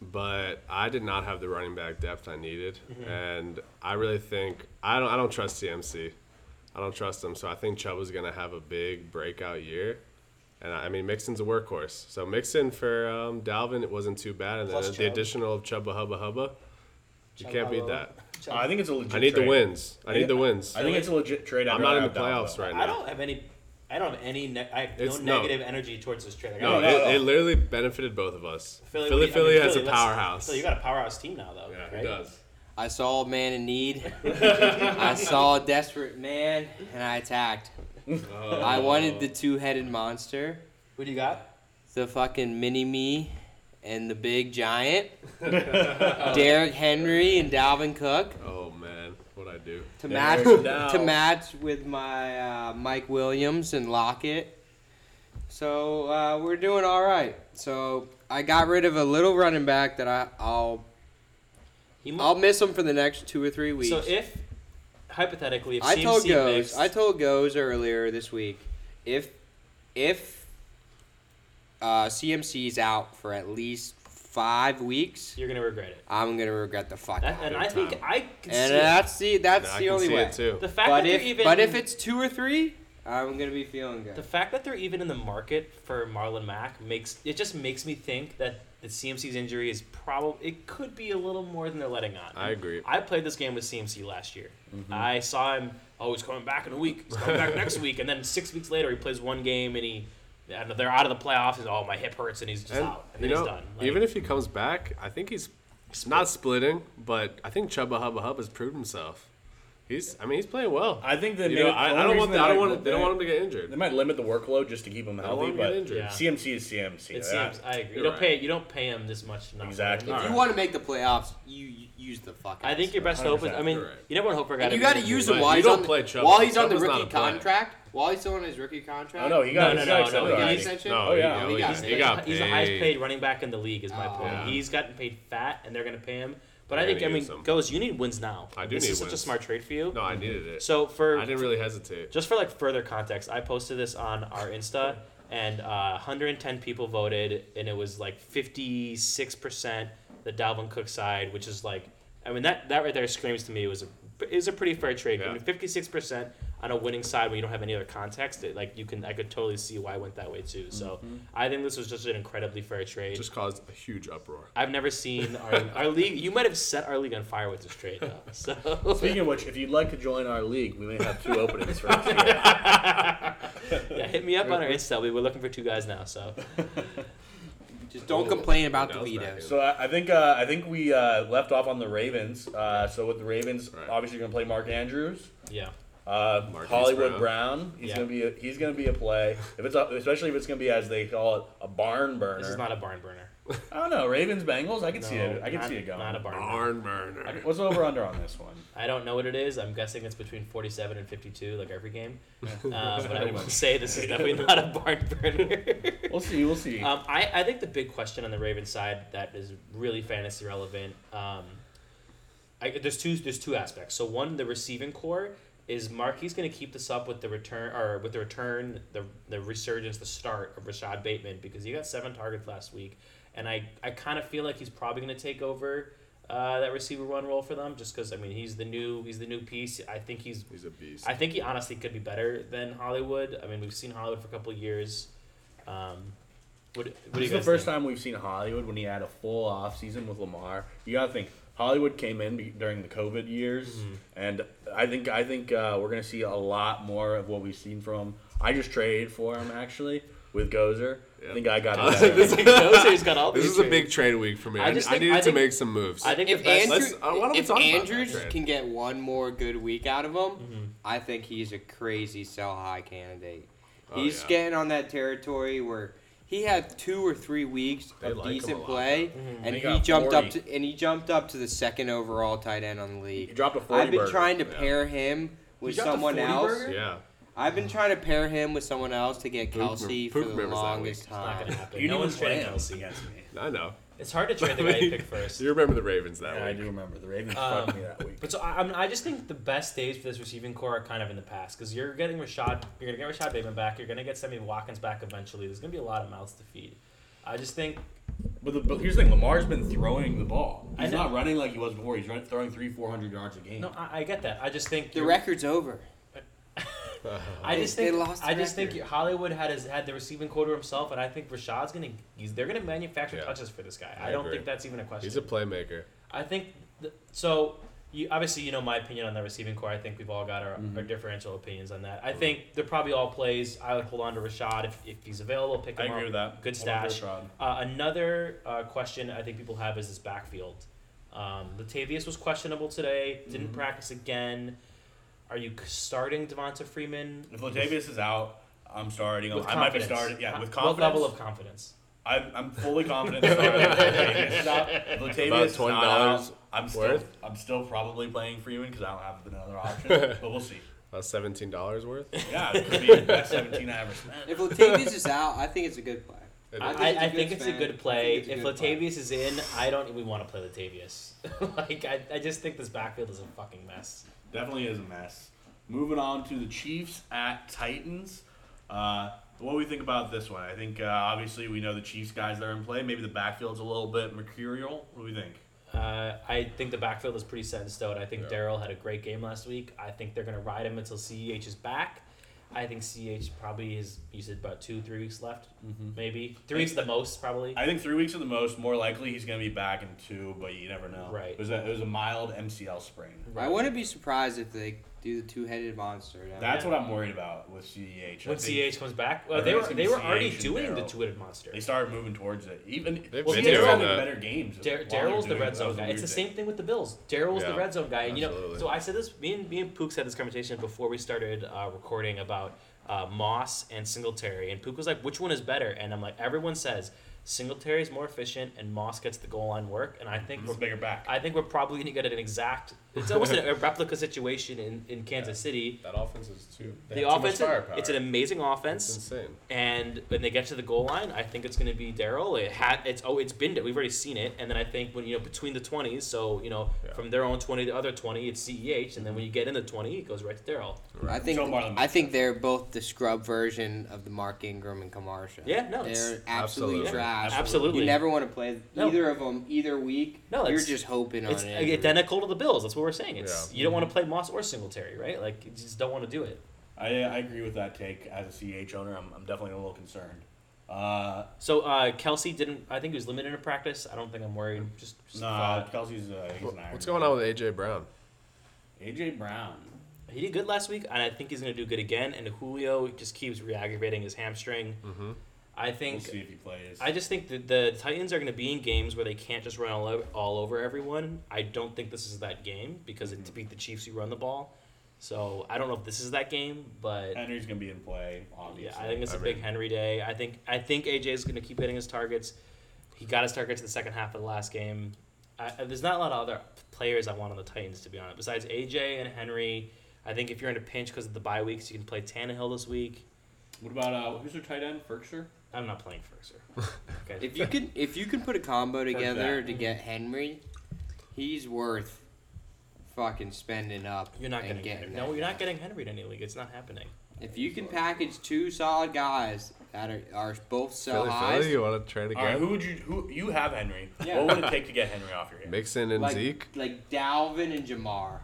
B: But I did not have the running back depth I needed.
A: Mm-hmm.
B: And I really think I don't I don't trust CMC. I don't trust him. So I think Chubb is gonna have a big breakout year. And I I mean Mixon's a workhorse. So Mixon for um, Dalvin it wasn't too bad and
A: Plus
B: then the
A: Chubb.
B: additional of Chubba Hubba Hubba. You can't beat that.
C: I think it's a legit.
B: I need the
C: trade.
B: wins. I need the wins.
C: I think it's a legit trade. I'd
B: I'm not
C: rather
B: in
C: have
B: the
C: Dalvin,
B: playoffs
C: though.
B: right
A: I
B: now.
A: don't have any. I don't have any. Ne- I have
B: It's-
A: no
B: no.
A: negative energy towards this trade. Like, I
B: No,
A: don't-
C: no,
B: Oh, it,
C: no.
B: it literally benefited both of us. Philly,
A: what do
B: Philly,
A: you- I mean,
B: has a
A: Philly, let's-
B: powerhouse.
A: Philly, you got a powerhouse team now, though.
B: yeah,
A: right?
B: it does.
D: I saw a man in need.
B: (laughs)
D: I saw a desperate man and I attacked.
B: Oh.
D: I wanted the two headed monster,
A: Who do you got?
D: the fucking mini me and the big
B: (laughs)
D: giant. Derrick Henry and Dalvin Cook.
B: Oh man, what I do?
D: To
C: There
D: match
C: it goes.
D: (laughs) to match with my uh, Mike Williams and Lockett. So uh, we're doing all right. So I got rid of a little running back that I, I'll
A: He might,
D: I'll miss him for the next two or three weeks.
A: so if hypothetically, if
D: I
A: CMC
D: told Goes,
A: mixed,
D: I told Goes earlier this week, if if uh, CMC's out for at least five weeks,
A: you're gonna regret it.
D: I'm gonna regret the fuck.
A: That,
D: out.
A: and
D: of
A: I
D: it.
A: think
B: time.
A: I can
D: and
A: see
D: that's the that's
B: I
D: the
B: can
D: only
B: see
D: way.
B: it too.
A: it. the fact
D: But
A: that
D: if
A: they're even
D: but if it's two or three, I'm gonna be feeling good.
A: The fact that they're even in the market for Marlon Mack makes it just makes me think that the CMC's injury is probably it could be a little more than they're letting on.
B: I agree. Mm-hmm.
A: I played this game with CMC last year. I saw him. Oh, he's coming back in a week. He's coming
B: (laughs)
A: back next week, and then six weeks later, he plays one game and he, and they're out of the playoffs. And oh, my hip hurts, and he's just
B: And,
A: out, and
B: you
A: then
B: know,
A: he's done. Like,
B: even if he comes back, I think he's not splitting, but I think Chuba Hubba Hub has proved himself. He's, I mean, he's playing well.
C: I think that
B: you know, I, I don't want, the, I don't want, it-
C: They,
B: they don't want him to get
C: They
B: injured.
C: might limit the workload just to keep him
B: I don't
C: healthy,
B: want him to get
C: but
B: injured.
A: Yeah.
C: CMC is CMC.
A: it
C: That-
A: seems, I agree. You
B: You're
A: don't
B: right.
A: pay you don't pay him this much. Not
C: Exactly.
A: Money.
D: if
B: Alright.
D: you want to make the playoffs, you you use the fuck.
A: I
D: out.
A: think your best hope is. I
C: 100%,
A: mean,
B: you're right.
A: you never want to hope for a guy.
D: And
A: to
D: you
A: be
D: got to
A: injured,
D: use
A: but-
D: him while
B: you
D: he's
B: don't
D: on the,
B: play Chubb.
D: while he's on the
B: Chubb is not
D: rookie
B: a player.
D: contract. While he's still on his rookie contract.
C: Oh no, he got
A: No,
C: he
A: no,
C: got
A: no,
C: accepted
A: no,
D: he got
C: already.
A: he's-
D: extension.
B: No,
C: Oh,
B: he-
C: yeah.
B: oh,
D: He
B: he,
D: got
B: got,
D: it.
B: he got
A: he's the highest
B: paid.
A: paid running back in the league, is my
D: Oh.
A: point.
B: Yeah.
A: He's gotten paid fat, and they're gonna pay him. But
B: They're
A: I think I
B: gonna
A: mean,
B: use him.
A: goes. You need wins now.
B: I do
A: This
B: need
A: is such a
B: wins.
A: smart trade for you.
B: No, I needed it.
A: So for
B: I didn't really hesitate.
A: just for like further context, I posted this on our Insta, and uh, 110 people voted, and it was like 56 percent the Dalvin Cook side, which is like, I mean that that right there screams to me it was a it was a pretty fair trade. I
B: Yeah.
A: mean 56 percent on a winning side when you don't have any other context, it, like you can I could totally see why it went that way too. So I think this was just an incredibly fair trade.
B: Mm-hmm. Just caused a huge uproar.
A: I've never seen our, our league. You might have set our league on fire with this trade, though.
B: (laughs)
A: So
C: Speaking of which, if you'd like to join our league, we may
A: (laughs)
C: have two openings for next year.
A: yeah, hit me up on our Insta. We were looking for two guys now. So
D: Just don't complain about the
B: That was back
D: vetoes.
B: in.
C: So I, I think uh, I think we uh, left off on the Ravens. Uh, so with the Ravens,
B: Right.
C: obviously going to play Mark Andrews,
A: yeah.
C: uh,
B: Marquise
C: Hollywood Brown.
B: Brown.
C: He's
A: Yeah.
C: going to be a, he's going to be a play. If it's a, especially if it's going to be as they call it a barn burner.
A: This is not a barn burner.
C: I don't know Ravens Bengals. I can see it. I can
A: not,
C: see it going.
A: Not a barn burner.
B: Barn
C: I can-
B: burner.
C: What's the over under on this one?
A: I don't know what it is. I'm guessing it's between 47 and 52, like every game. Uh, but I
C: Pretty
A: would
C: much.
A: say this is definitely not a barn burner.
C: We'll see. We'll see.
A: um, I, I think the big question on the Ravens side that is really fantasy relevant. Um, I, there's two there's two aspects. So one, the receiving core is Marquis going to keep this up with the return or with the return the the resurgence the start of Rashad Bateman because he got seven targets last week, and I I kind of feel like he's probably going to take over. Uh, that receiver one role for them, just because I mean he's the new he's the new piece. I think he's
B: He's a beast.
A: I think he honestly could be better than Hollywood. I mean, we've seen Hollywood for a couple of years. Um, what, what do
C: This
A: you
C: is the
A: guys
C: first
A: think?
C: time we've seen Hollywood when he had a full off season with Lamar. You gotta think Hollywood came in be- during the COVID years,
A: Mm-hmm.
C: and I think I think uh, we're gonna see a lot more of what we've seen from. him. I just traded for him actually with Gozer. I
B: Yeah.
C: think I
A: (laughs)
C: got
B: Uh,
C: that.
B: this-
A: Like, Dozier's got all
B: (laughs) This
A: these
B: is a
A: trades.
B: big trade week for me.
A: I
B: I,
A: just
B: I
A: think-
B: needed
A: I
B: to
A: think-
B: make some moves.
A: I think the
D: If
A: best.
D: Andrew,
B: Let's- uh, why don't we
D: if
B: talk about that
D: Andrews
B: trade?
D: can get one more good week out of him, I think he's a crazy sell high candidate.
B: Oh,
D: He's
B: yeah.
D: getting on that territory where he had two or three weeks
B: They
D: of
B: like him a
D: decent
B: lot,
D: play, and
C: They
D: he
C: got
D: jumped up
C: 40.
D: to and he jumped up to the second overall tight end on the
C: He
D: league.
C: dropped a 40
D: I've been
C: burger.
D: trying to
B: Yeah.
D: pair him with
C: dropped a
D: someone
C: 40
D: else.
C: burger?
B: yeah.
D: I've been trying to pair him with someone else to get
B: Poop-
D: Kelsey
B: Poop
D: for the
B: remembers that
D: longest
B: week.
A: Not
D: time.
A: gonna happen.
C: You
A: no
C: knew
A: one's
C: his
A: trading
C: plan.
A: Kelsey against me.
B: I know.
A: It's hard to trade (laughs) the guy you pick first.
B: You remember the Ravens that
C: Yeah, I
B: week.
C: do remember the Ravens
A: Um,
C: fucked me that week.
A: But so I, I, mean, I just think the best days for this receiving core are kind of in the past because you're getting Rashad, you're gonna get Rashad Bateman back, you're gonna get Sammy Watkins back eventually. There's gonna be a lot of mouths to feed. I just think
C: (laughs) But, the, but here's the thing: Lamar's been throwing the ball.
A: I
C: He's
A: know.
C: not running like he was before. He's run, throwing three, four hundred yards a game.
A: no, I, I get that. I just think
D: The
A: you're-
D: record's over.
A: I
D: They-
A: just
D: they
A: think
D: lost
A: I
D: the
A: just think
D: record.
A: Hollywood had his had the receiving core to himself, and I think Rashad's gonna he's, they're gonna manufacture
B: Yeah.
A: touches for this guy. I,
B: I
A: don't
B: agree.
A: think that's even a question.
B: (laughs) He's a playmaker.
A: I think th- so. You obviously you know my opinion on the receiving core. I think we've all got our,
D: Mm-hmm.
A: our differential opinions on that. I think they're probably all plays. I would hold on to Rashad if, if he's available. Pick him
C: I agree
A: up.
C: with that.
A: Good
C: Hold on to
A: stash.
C: Rashad.
A: Uh, another uh, question I think people have is this backfield. Um, Latavius was questionable today. Didn't
C: Mm-hmm.
A: practice again. Are you c- starting Devonta Freeman?
C: If Latavius is out, I'm starting. him.
A: With
C: I might be
A: confidence.
C: starting. Yeah, with
A: What
C: confidence.
A: level of confidence?
C: I'm, I'm fully confident. in starting (laughs)
A: (laughs)
C: Latavius is out. If Latavius
B: About
C: is not
B: $20
C: out, I'm still
B: worth?
C: I'm still probably playing Freeman because I don't have another
A: (laughs)
C: option. but we'll see.
B: About Uh, seventeen dollars worth.
A: (laughs)
C: Yeah, it could be the best 17 I ever spent.
D: If Latavius is out, I think it's a good play.
B: It
A: I,
B: is.
F: think it's a
A: I, I
F: good
A: think it's a
F: span.
A: good play.
F: I think
A: if
F: it's a good
A: Latavius is in, I don't even want to play Latavius. (laughs) like I, I just think this backfield is a fucking mess.
C: Definitely is a mess. Moving on to the Chiefs at Titans. Uh, what do we think about this one? I think uh, obviously we know the Chiefs guys that are in play. Maybe the backfield's a little bit mercurial. What do we think?
A: Uh, I think the backfield is pretty set in stone. I think
B: Yeah.
A: Daryl had a great game last week. I think they're gonna ride him until Ceh is back. I think Ceh probably is. You said about two, three weeks left, maybe three weeks the most probably.
C: I think three weeks at the most. More likely he's going to be back in two, but you never know.
A: Right.
C: It was a, it was a mild MCL sprain.
D: I wouldn't be surprised if they do the two-headed monster. Now.
C: That's what I'm worried about with CEH. I
A: when
C: think
A: Ceh comes back, well,
C: I
A: they
C: think
A: were
C: it's gonna
A: they
C: be
A: were
C: CH
A: already
C: and
A: doing the
C: Darryl.
A: two headed monster.
C: They started moving towards it. Even
B: They've
C: well,
B: been
C: CEH
B: doing
C: having
B: that.
C: better games.
A: Dar-
C: while they're
A: Daryl's the
C: doing it.
A: red
C: That was
A: zone
C: a
A: guy.
C: weird
A: It's the
C: thing.
A: same thing with the Bills. Daryl's the
B: Yeah,
A: red zone guy, and you know.
B: absolutely.
A: So I said this. Me and me and Pooks had this conversation before we started uh, recording about uh, Moss and Singletary, and Pook was like, "Which one is better?" And I'm like, "Everyone says Singletary is more efficient, and Moss gets the goal line work." And I think
B: Mm-hmm.
C: It's a
A: we're
C: bigger back.
A: I think we're probably gonna get an exact. It's almost a, a replica situation in, in Kansas City.
B: That offense is too. They
A: The
B: have too much
A: offense,
B: firepower.
A: it's an amazing
B: It's
A: offense
B: insane.
A: and when they get to the goal line, I think it's going to be Daryl. It had it's oh it's been we've already seen it, and then I think when you know between the twenties, so you know
B: Yeah.
A: from their own twenty to the other twenty, it's Ceh, and then when you get in the twenty, it goes right to Daryl.
D: I think
C: Joe Marlon
D: I think they're both the scrub version of the Mark Ingram and Kamara show.
A: Yeah, no, it's-
D: they're absolutely,
B: Absolutely.
D: trash.
A: Absolutely.
D: you never want to play
A: No.
D: either of them either week.
A: No,
D: you're
A: it's-
D: just hoping on
A: It's uh,
D: it.
A: identical to the Bills. That's what we're saying. It's
B: Yeah.
A: you don't want to play Moss or Singletary, right? Like you just don't want to do it.
C: I, I agree with that take. As a CH owner, I'm, I'm definitely a little concerned. Uh,
A: So uh, Kelsey didn't. I think he was limited in practice. I don't think I'm worried. Just, just a
C: nah,
A: thought.
C: Kelsey's uh, he's an iron.
B: What's going on with AJ Brown?
C: AJ Brown?
A: He did good last week, and I think he's going to do good again. And Julio just keeps re-aggravating his hamstring. I
C: We'll
A: think
C: see if he plays.
A: I just think that the Titans are going to be in games where they can't just run all over, all over everyone. I don't think this is that game because it, to beat the Chiefs, you run the ball. So I don't know if this is that game, but
C: Henry's gonna be in play,
A: yeah,
C: obviously.
A: I think it's a
B: I
A: big
B: mean-
A: Henry day. I think I think AJ is going to keep hitting his targets. He got his targets in the second half of the last game. I, I- there's not a lot of other players I want on the Titans to be honest. Besides AJ and Henry, I think if you're in a pinch because of the bye weeks, you can play Tannehill this week.
C: What about uh, who's their tight end? Ferkser.
A: I'm not playing Ferguson. Okay.
D: If you could if you could put a combo together
C: that.
D: to get Henry, he's worth fucking spending up.
A: You're not
D: and
A: going to get
D: getting
A: no.
D: that
A: You're not
D: guy.
A: getting Henry in any league. It's not happening.
D: If you can package two solid guys that are, are both sell highs,
B: you want to trade
C: All right,
B: again?
C: who would you who you have Henry?
D: Yeah.
C: What would it take to get Henry off your hands?
B: Mixon and
D: like
B: Zeke.
D: like Dalvin and Jamar,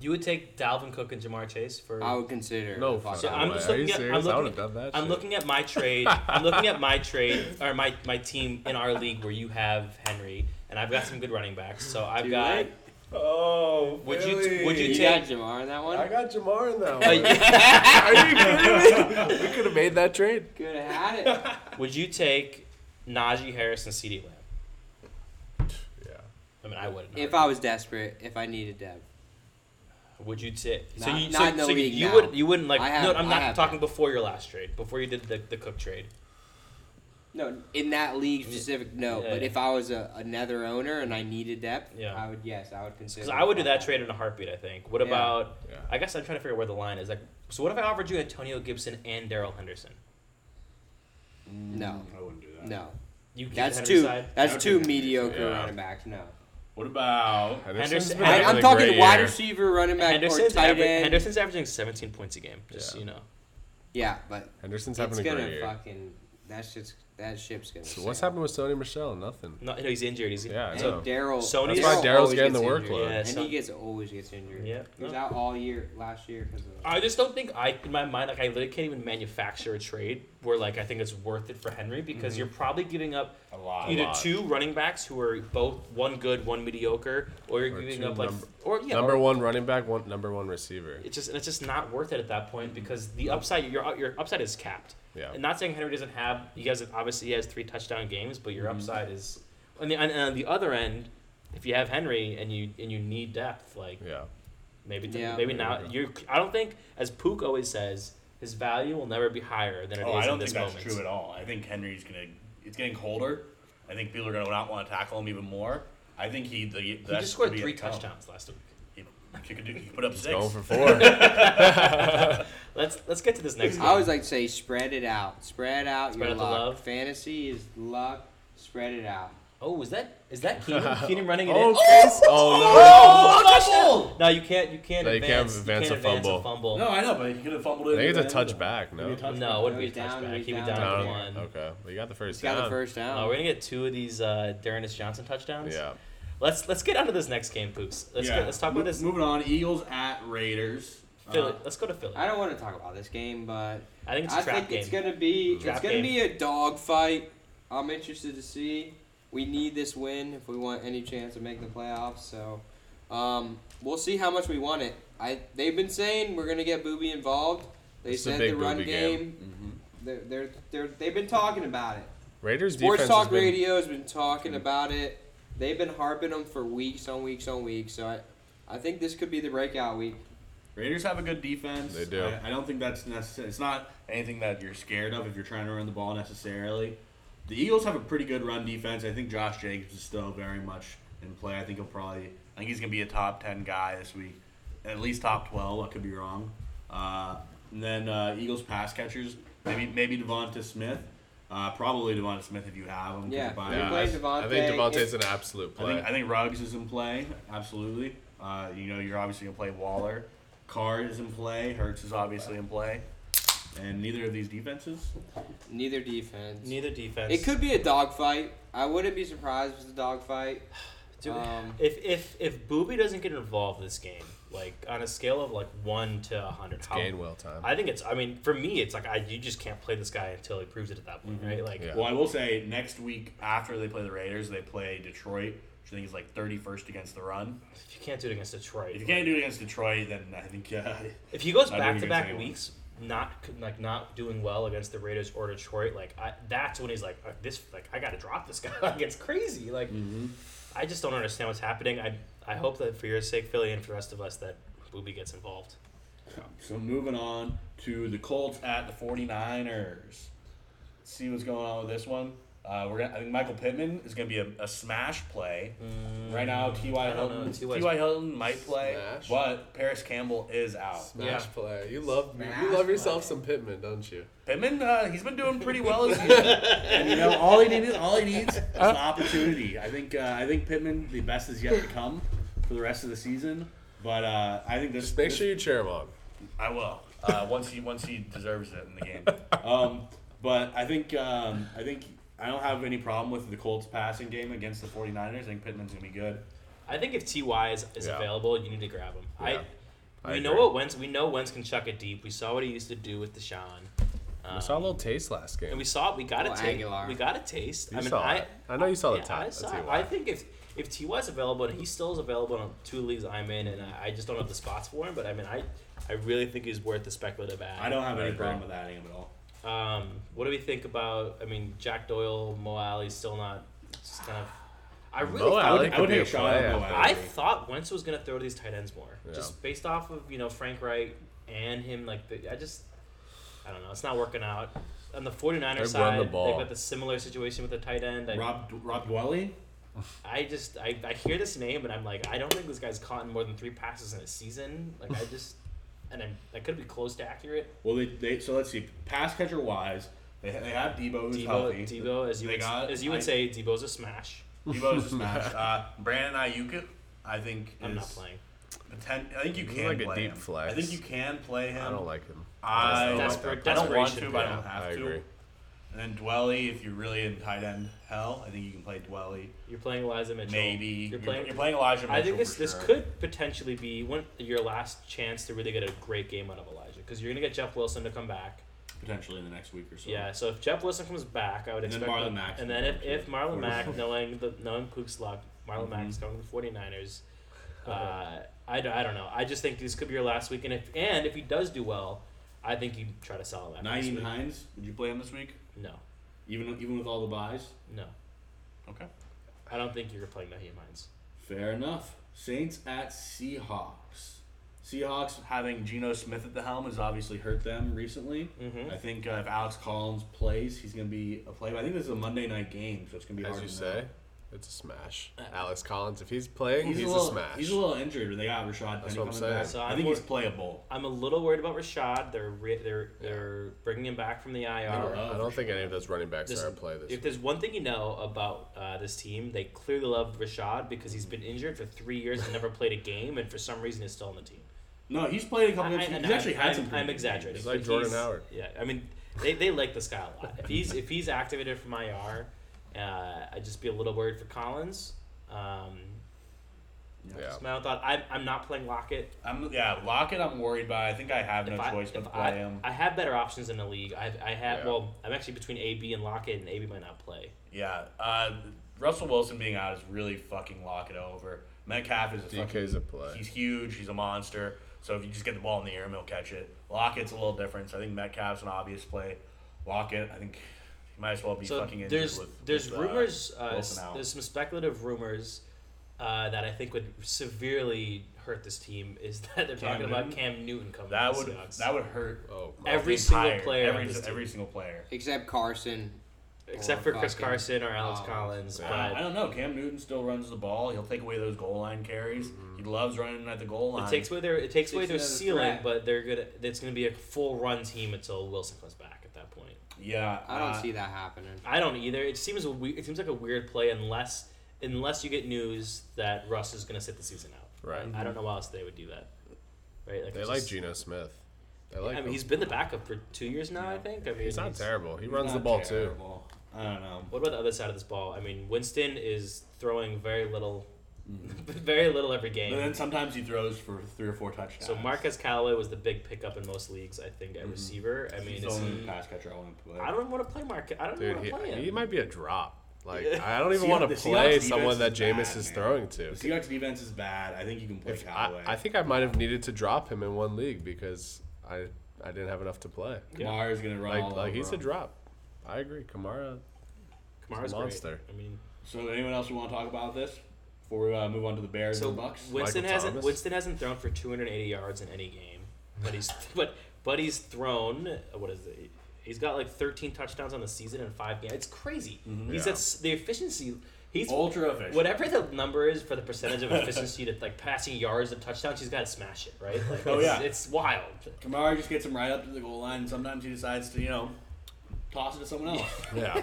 A: You would take Dalvin Cook and Jamar Chase for.
D: I would consider.
B: No,
D: fucking-
B: fucking
A: I'm
B: way.
A: just
B: Are
A: looking at-
B: you
A: I'm
B: serious? I
A: looking
B: would have done that.
A: I'm
B: shit.
A: looking at my trade. I'm looking at my trade or my my team in our league where you have Henry and I've got some good running backs. So I've
D: Too
A: got.
D: late.
B: Oh,
A: Would you- Philly. would
D: You,
A: you-
D: got Jamar in that one.
B: I
D: (laughs)
B: got Jamar in that
A: Uh,
B: one.
A: you-
B: Are you kidding me? We could have made that trade.
D: Could have had it.
A: would you take Najee Harris and Ceedee Lamb?
B: Yeah.
A: I mean, I wouldn't.
D: if I was desperate, if I needed Dev.
A: would you take? so
D: Not-
A: you,
D: not
A: so,
D: in the
A: so you-
D: league
A: you
D: now.
A: would you wouldn't like?
D: I have-
A: no, I'm
D: I
A: not
D: have
A: talking
D: that.
A: before your last trade. Before you did the, the Cook trade.
D: No, in that league specific, no.
A: Yeah,
D: but
A: yeah.
D: if I was a, another owner and I needed depth,
A: Yeah.
D: I would yes, I would consider.
A: Because I would do that trade in a heartbeat. I think. What
D: Yeah.
A: about?
B: Yeah.
A: I guess I'm trying to figure out where the line is. Like, so what if I offered you Antonio Gibson and Daryl Henderson?
D: No.
C: I wouldn't do that.
D: No,
A: You keep
D: that's
A: Henry
D: too.
A: side?
D: That's
C: Okay.
D: too mediocre
B: Yeah.
D: running backs. No,
C: What about
A: Henderson-
B: been
A: I-
D: I,
B: having
D: I'm
B: a
D: talking
B: great
D: wide
B: year.
D: receiver, running back,
A: Henderson's,
D: or tight
A: aver-
D: end.
A: Henderson's averaging 17 points a game, just so
B: Yeah.
A: you know.
D: Yeah, but
B: Henderson's having
D: it's
B: a
D: gonna
B: great year.
D: fucking. That shit's that ship's gonna.
B: So what's
D: sail.
B: happened with Sony Michelle? Nothing.
A: No, no, he's injured. He's
B: Yeah, I
D: And
B: know.
D: Daryl.
A: Sony's-
B: That's why Daryl's
D: always
B: getting
D: gets
B: the
D: injured.
B: workload.
A: Yeah,
D: and
A: Son-
D: he gets always gets injured.
A: Yeah,
D: he was
A: no.
D: out all year last year because of.
A: I just don't think I, in my mind, like I literally can't even manufacture a trade where like I think it's worth it for Henry because you're probably giving up
C: a lot?
A: either
B: Mm-hmm. lot.
A: two running backs who are both one good, one mediocre, or you're
B: Or
A: giving
B: two
A: up like
B: number-
A: or yeah,
B: number
A: or-
B: one running back, one number one receiver.
A: It's just and it's just not worth it at that point because the upside your your upside is capped.
B: Yeah.
A: And not saying Henry doesn't have you guys obviously he has three touchdown games, but
B: Mm-hmm.
A: your upside is on the and on the other end, if you have Henry and you and you need depth, like
B: Yeah.
A: maybe th-
D: Yeah.
A: maybe now you I don't think as Pook always says, his value will never be higher than it is
C: Oh, I
A: in
C: don't
A: this
C: think that's
A: moment.
C: true at all. I think Henry's gonna. It's getting colder. I think people are gonna not want to tackle him even more. I think he. The, Oh. he
A: He just scored three touchdowns last week.
C: (laughs) He, he could do. He put up
B: He's
C: six.
B: going for four.
A: Let's let's get to this
B: (laughs)
A: next. Game.
D: I always like to say, spread it out. Spread out
A: Spread
D: your
A: out the
D: luck.
A: love.
D: Fantasy is luck. Spread it out.
A: oh, is that is that
B: (laughs)
A: Keenan? Keenan running it in?
B: Oh, Chris.
A: Oh, touchdown! No, you can't. You can't.
B: No, you can't
A: advance,
B: advance a fumble.
C: No, I know, but he could have fumbled it.
B: no! I think it's a
C: anyway.
B: touchback. No.
C: Maybe a touchback.
A: No, it wouldn't be a
D: He's down,
A: touchback.
D: he's
A: He'd be
D: down.
A: down
B: Down.
A: to one.
B: Okay, well, you got the first
D: He's got
B: down.
D: the first down.
A: Oh, we're gonna get two of these uh, Darrenis Johnson touchdowns.
B: Yeah.
A: Let's let's get on to this next game, Poops. Let's
C: Yeah.
A: get, let's talk
C: Mo-
A: about this.
C: Moving on, Eagles at Raiders.
A: Philly.
C: Uh,
A: let's go to Philly.
D: I don't want to talk about this game, but
A: I think it's a
D: I
A: trap
D: think
A: game.
D: it's gonna be
A: Trap
D: it's gonna
A: game.
D: be a dog fight. I'm interested to see. We need this win if we want any chance of making the playoffs. So um, we'll see how much we want it. I they've been saying we're gonna get Booby involved. They
B: It's a
D: said
B: big
D: the run
B: Booby
D: game.
B: game.
C: mm-hmm.
D: They're, they're, they're, they've been talking about it.
B: Raiders
D: Sports
B: defense
D: Talk
B: has been
D: Radio has been talking about it. They've been harping them for weeks on weeks on weeks. So I, I think this could be the breakout week.
C: Raiders have a good defense.
B: They do.
C: I, I don't think that's necessary. It's not anything that you're scared of if you're trying to run the ball necessarily. The Eagles have a pretty good run defense. I think Josh Jacobs is still very much in play. I think he'll probably. I think he's gonna be a top ten guy this week, at least top twelve. I could be wrong. Uh, and then uh, Eagles pass catchers, maybe maybe Devonta Smith, uh, probably Devonta Smith if you have him. 'cause
D: Yeah.
C: you're buying
D: They're
B: Yeah,
C: him.
B: I,
D: playing
B: I think
D: Devontae.
B: Devontae's an absolute
C: I
B: play.
C: think I think Ruggs is in play, absolutely. Uh, you know, you're obviously gonna play Waller. Carr is in play. Hertz is obviously in play, and neither of these defenses.
D: Neither defense.
A: Neither defense.
D: It could be a dogfight. I wouldn't be surprised if it's a dogfight.
A: Dude,
D: um,
A: if if if Booby doesn't get involved this game, like on a scale of like one to hundred, how?
B: Gainwell time.
A: I think it's. I mean, for me, it's like I you just can't play this guy until he proves it at that
D: Mm-hmm.
A: point, right? Like,
B: Yeah.
C: Well, I will say next week after they play the Raiders, they play Detroit, which I think is like 31st against the run.
A: if you can't do it against Detroit,
C: If you can't do it against Detroit, then I think (laughs) uh,
A: If he goes
C: Not
A: back
C: doing
A: to
C: against
A: back
C: anyone.
A: weeks, not like not doing well against the Raiders or Detroit, like I, that's when he's like, "Uh, this like I gotta drop this (laughs) guy. like it's crazy. Like
B: Mm-hmm.
A: I just don't understand what's happening. I I hope that for your sake, Philly, and for the rest of us, that Booby gets involved.
C: So moving on to the Colts at the 49ers. See what's going on with this one. Uh, we're gonna, I think Michael Pittman is going to be a, a smash play. right now, T.Y.
A: I don't
C: Hilton,
A: know. T.Y. 's-
C: T.Y. Hilton might play,
B: Smash.
C: but Paris Campbell is out.
B: Smash
A: Yeah.
B: play. You love
G: Smash
B: you love yourself
G: play.
B: some Pittman, don't you?
C: Pittman, uh, he's been doing pretty well this year. and you know, all he needs, all he needs is an opportunity. I think, uh, I think Pittman, the best is yet to come for the rest of the season. But uh, I think this.
B: Just make
C: this-
B: sure you cheer him on.
C: I will. Uh, once he once he deserves it in the game. (laughs) Um, but I think um, I think I don't have any problem with the Colts passing game against the 49ers. I think Pittman's gonna be good.
A: I think if Ty is, is
B: Yeah.
A: available, you need to grab him.
B: Yeah.
A: I
B: I
A: we know
B: agree.
A: what Wentz we know Wentz can chuck it deep. We saw what he used to do with Deshaun. Um,
B: I saw a little taste last game.
A: and we saw it. We got a
D: Oh,
A: taste.
D: Aguilar.
A: We got a taste.
B: you
A: I mean,
B: saw
A: I,
B: it. I know you saw the
A: Yeah,
B: time.
A: I,
B: I
A: saw- I think if if Ty is available and he still is available on two leagues I'm in, and I, I just don't have the spots for him. But I mean, I I really think he's worth the speculative ad.
C: I don't have
B: I
C: any
B: agree.
C: problem with that game at all.
A: Um, what do we think about? I mean, Jack Doyle, Mo Alley's still not. Just kind of. I really.
B: Mo
A: thought-
C: I would-
B: Alley
C: I
B: could
C: would
B: be
C: take
B: a
C: a shot at
B: play.
C: Mo
B: I think.
C: Alley.
A: I thought Wentz was gonna throw to these tight ends more,
B: Yeah.
A: just based off of you know Frank Wright and him. Like the, I just, I don't know. It's not working out. On the 49ers
B: They've run
A: side,
B: the
A: they've
B: ball.
A: got the similar situation with the tight end. I,
C: Rob Rob Dwelly.
A: I just I, I hear this name and I'm like I don't think this guy's caught in more than three passes in a season. Like
B: (laughs)
A: I just and I'm that could be close to accurate.
C: Well, they, they so let's see. Pass catcher wise, they, they have Debo who's
A: Debo,
C: healthy.
A: Debo, as you
C: They
A: would,
C: got-
A: as you would
C: I-
A: say, Debo's a smash.
C: Debo's a smash. Uh, Brandon Ayuk, I think.
A: I'm
C: is
A: not playing.
C: poten- I think you
B: He's
C: can
B: like a
C: play
B: deep
C: him.
B: flex.
C: I think you can play him.
B: I don't like him.
C: I-
B: don't like
A: Desperate-
B: that
C: I
B: player.
C: don't want
A: Desperation,
C: to, but I don't
B: yeah,
C: have
B: I
C: to.
B: agree.
C: And then Dwelly, if you're really in tight end hell, I think you can play Dwelly.
A: You're playing Eliza Mitchell.
C: Maybe
A: you're playing.
C: Elijah. Mitchell
A: I think this
C: for
A: this
C: sure.
A: could potentially be one your last chance to really get a great game out of Elijah because you're gonna get Jeff Wilson to come back.
C: potentially in the next week or so.
A: Yeah, so if Jeff Wilson comes back, I would
C: And then
A: expect
C: Marlon
A: them-
C: Mack's
A: And then if, if Marlon
C: Or-
A: Mack, knowing the knowing Pook's luck, Marlon
C: Mm-hmm.
A: Mack's going to the 49ers. Uh, I, don't- I don't know. I just think this could be your last week, and if and if he does do well, I think you try to sell him. after this
C: Naeem
A: week.
C: Hines, would you play him this week?
A: No,
C: Even even with all the buys.
A: no,
C: Okay.
A: I don't think you're playing Naheem Hines.
C: Fair enough. Saints at Seahawks. Seahawks having Geno Smith at the helm has obviously hurt them recently.
A: Mhm.
C: I think uh, if Alex Collins plays, he's going to be a play. I think this is a Monday night game, so it's going to be
B: As
C: hard
B: you
C: to
B: say,
C: know.
B: It's a smash. Alex Collins, if he's playing, he's,
C: a,
B: a,
C: little,
B: smash.
C: He's a little injured, but they got Rashad Penny
B: That's what I'm
C: coming
B: saying.
C: back.
A: So
C: I
A: I'm
C: think he's
A: wor-
C: playable.
A: I'm a little worried about Rashad. They're re- they're they're bringing him back from the
B: I don't,
A: IR.
B: I don't think any of those running backs
A: This-
B: are in play this
A: if there's one thing you know about uh, this team, they clearly love Rashad because he's been injured for three years and never played a game, and for some reason is still on the team.
C: No, he's played a couple.
A: I-
C: games.
A: I-
C: He's
A: I-
C: actually had
A: I'm-
C: some. pretty
A: I'm
C: good
A: exaggerating.
C: games.
B: He's like
A: but
B: Jordan Howard.
A: Yeah, I mean, they, they like this guy a lot. If he's if he's activated from IR, uh, I'd just be a little worried for Collins. Um,
B: Yeah.
A: that's my own thought. I, I'm not playing Lockett.
C: I'm yeah, Lockett. I'm worried by. I think I have no
A: if I,
C: choice but
A: if
C: to
A: I,
C: play him.
A: I have better options in the league. I, I have
B: Yeah.
A: well, I'm actually between AB and Lockett, and AB might not play.
C: yeah, uh, Russell Wilson being out is really fucking Lockett over. Metcalf is a
B: DK's
C: fucking,
B: a play.
C: He's huge. He's a monster. So if you just get the ball in the air, and he'll catch it. Lockett's a little different. So I think Metcalf's an obvious play. Lockett, I think he might as well be
A: so
C: fucking injured.
A: there's
C: with,
A: there's
C: with, uh,
A: rumors. Uh,
C: Wilson
A: s-
C: out.
A: there's some speculative rumors uh, that I think would severely hurt this team. Is (laughs) that they're
C: Cam
A: talking about
C: Newton?
A: Cam Newton coming?
C: that
A: to the
C: would
A: Seahawks.
C: that would hurt
B: Oh, my.
A: every
C: the
A: single
C: entire-
A: player.
C: Every,
A: on this team.
C: every single player.
D: Except Carson.
A: except
D: Or
A: for Chris
D: fucking-
A: Carson or Alex
D: Oh,
A: Collins.
B: yeah.
C: Uh, I, I
A: But
C: don't know. Cam Newton still runs the ball. He'll take away those goal line carries.
D: Mm-hmm.
C: He loves running at the goal line.
A: it takes away their it takes away
D: Takes
A: their
D: another
A: ceiling,
D: threat.
A: but they're gonna it's gonna be a full run team until Wilson comes back at that point.
C: yeah,
D: I don't
C: uh,
D: see that happening.
A: I don't either. It seems a we- it seems like a weird play unless unless you get news that Russ is gonna sit the season out.
B: Right.
C: Mm-hmm.
A: I don't know why else they would do that. Right. Like
B: They
A: it's
B: like
A: just-
B: Geno Smith. They like
A: I mean,
B: him.
A: he's been the backup for two years now. I think. I mean,
B: He's not terrible. He
C: He's
B: runs
C: not
B: the ball too.
C: terrible. I don't know.
A: What about the other side of this ball? I mean, Winston is throwing very little, (laughs) very little every game.
C: But then sometimes he throws for three or four touchdowns.
A: So Marquez Callaway was the big pickup in most leagues, I think, at receiver. I mean,
C: He's the
A: is
C: only
A: he-
C: pass catcher I want to play.
A: I don't want to play Marquez. I don't
B: Dude,
A: want to play
B: he,
A: him.
B: he might be a drop. Like I don't even
C: Seahawks-
B: want
C: the
B: to
C: Seahawks
B: play
C: defense
B: someone that
C: is bad,
B: Jameis is
C: man.
B: throwing
C: The
B: to.
C: Seahawks defense is bad. I think you can play
B: If I,
C: Callaway.
B: I think I might have needed to drop him in one league because I I didn't have enough to play.
C: Kamara's gonna run all
B: Like like
C: over
B: he's a
C: him.
B: drop. I agree. Kamara
A: (laughs) Kamara's
B: He's a
A: great.
B: monster.
A: I mean,
C: So anyone else we want to talk about this before we uh, move on to the Bears
A: so
C: and the Bucks?
A: Winston
B: Michael
A: hasn't
B: Thomas?
A: Winston hasn't thrown for 280 yards in any game, but
B: (laughs)
A: he's but but he's thrown what is it? He's got like 13 touchdowns on the season in five games. It's crazy. He's
B: Yeah.
A: at s- the efficiency. He's
C: Ultra efficient.
A: whatever the number is for the percentage of efficiency to like passing yards of touchdowns. He's got to smash it, right? Like,
C: Oh,
A: it's,
C: yeah.
A: it's wild.
C: Kamara just gets him right up to the goal line. and Sometimes he decides to you know toss it to someone (laughs) else.
B: yeah.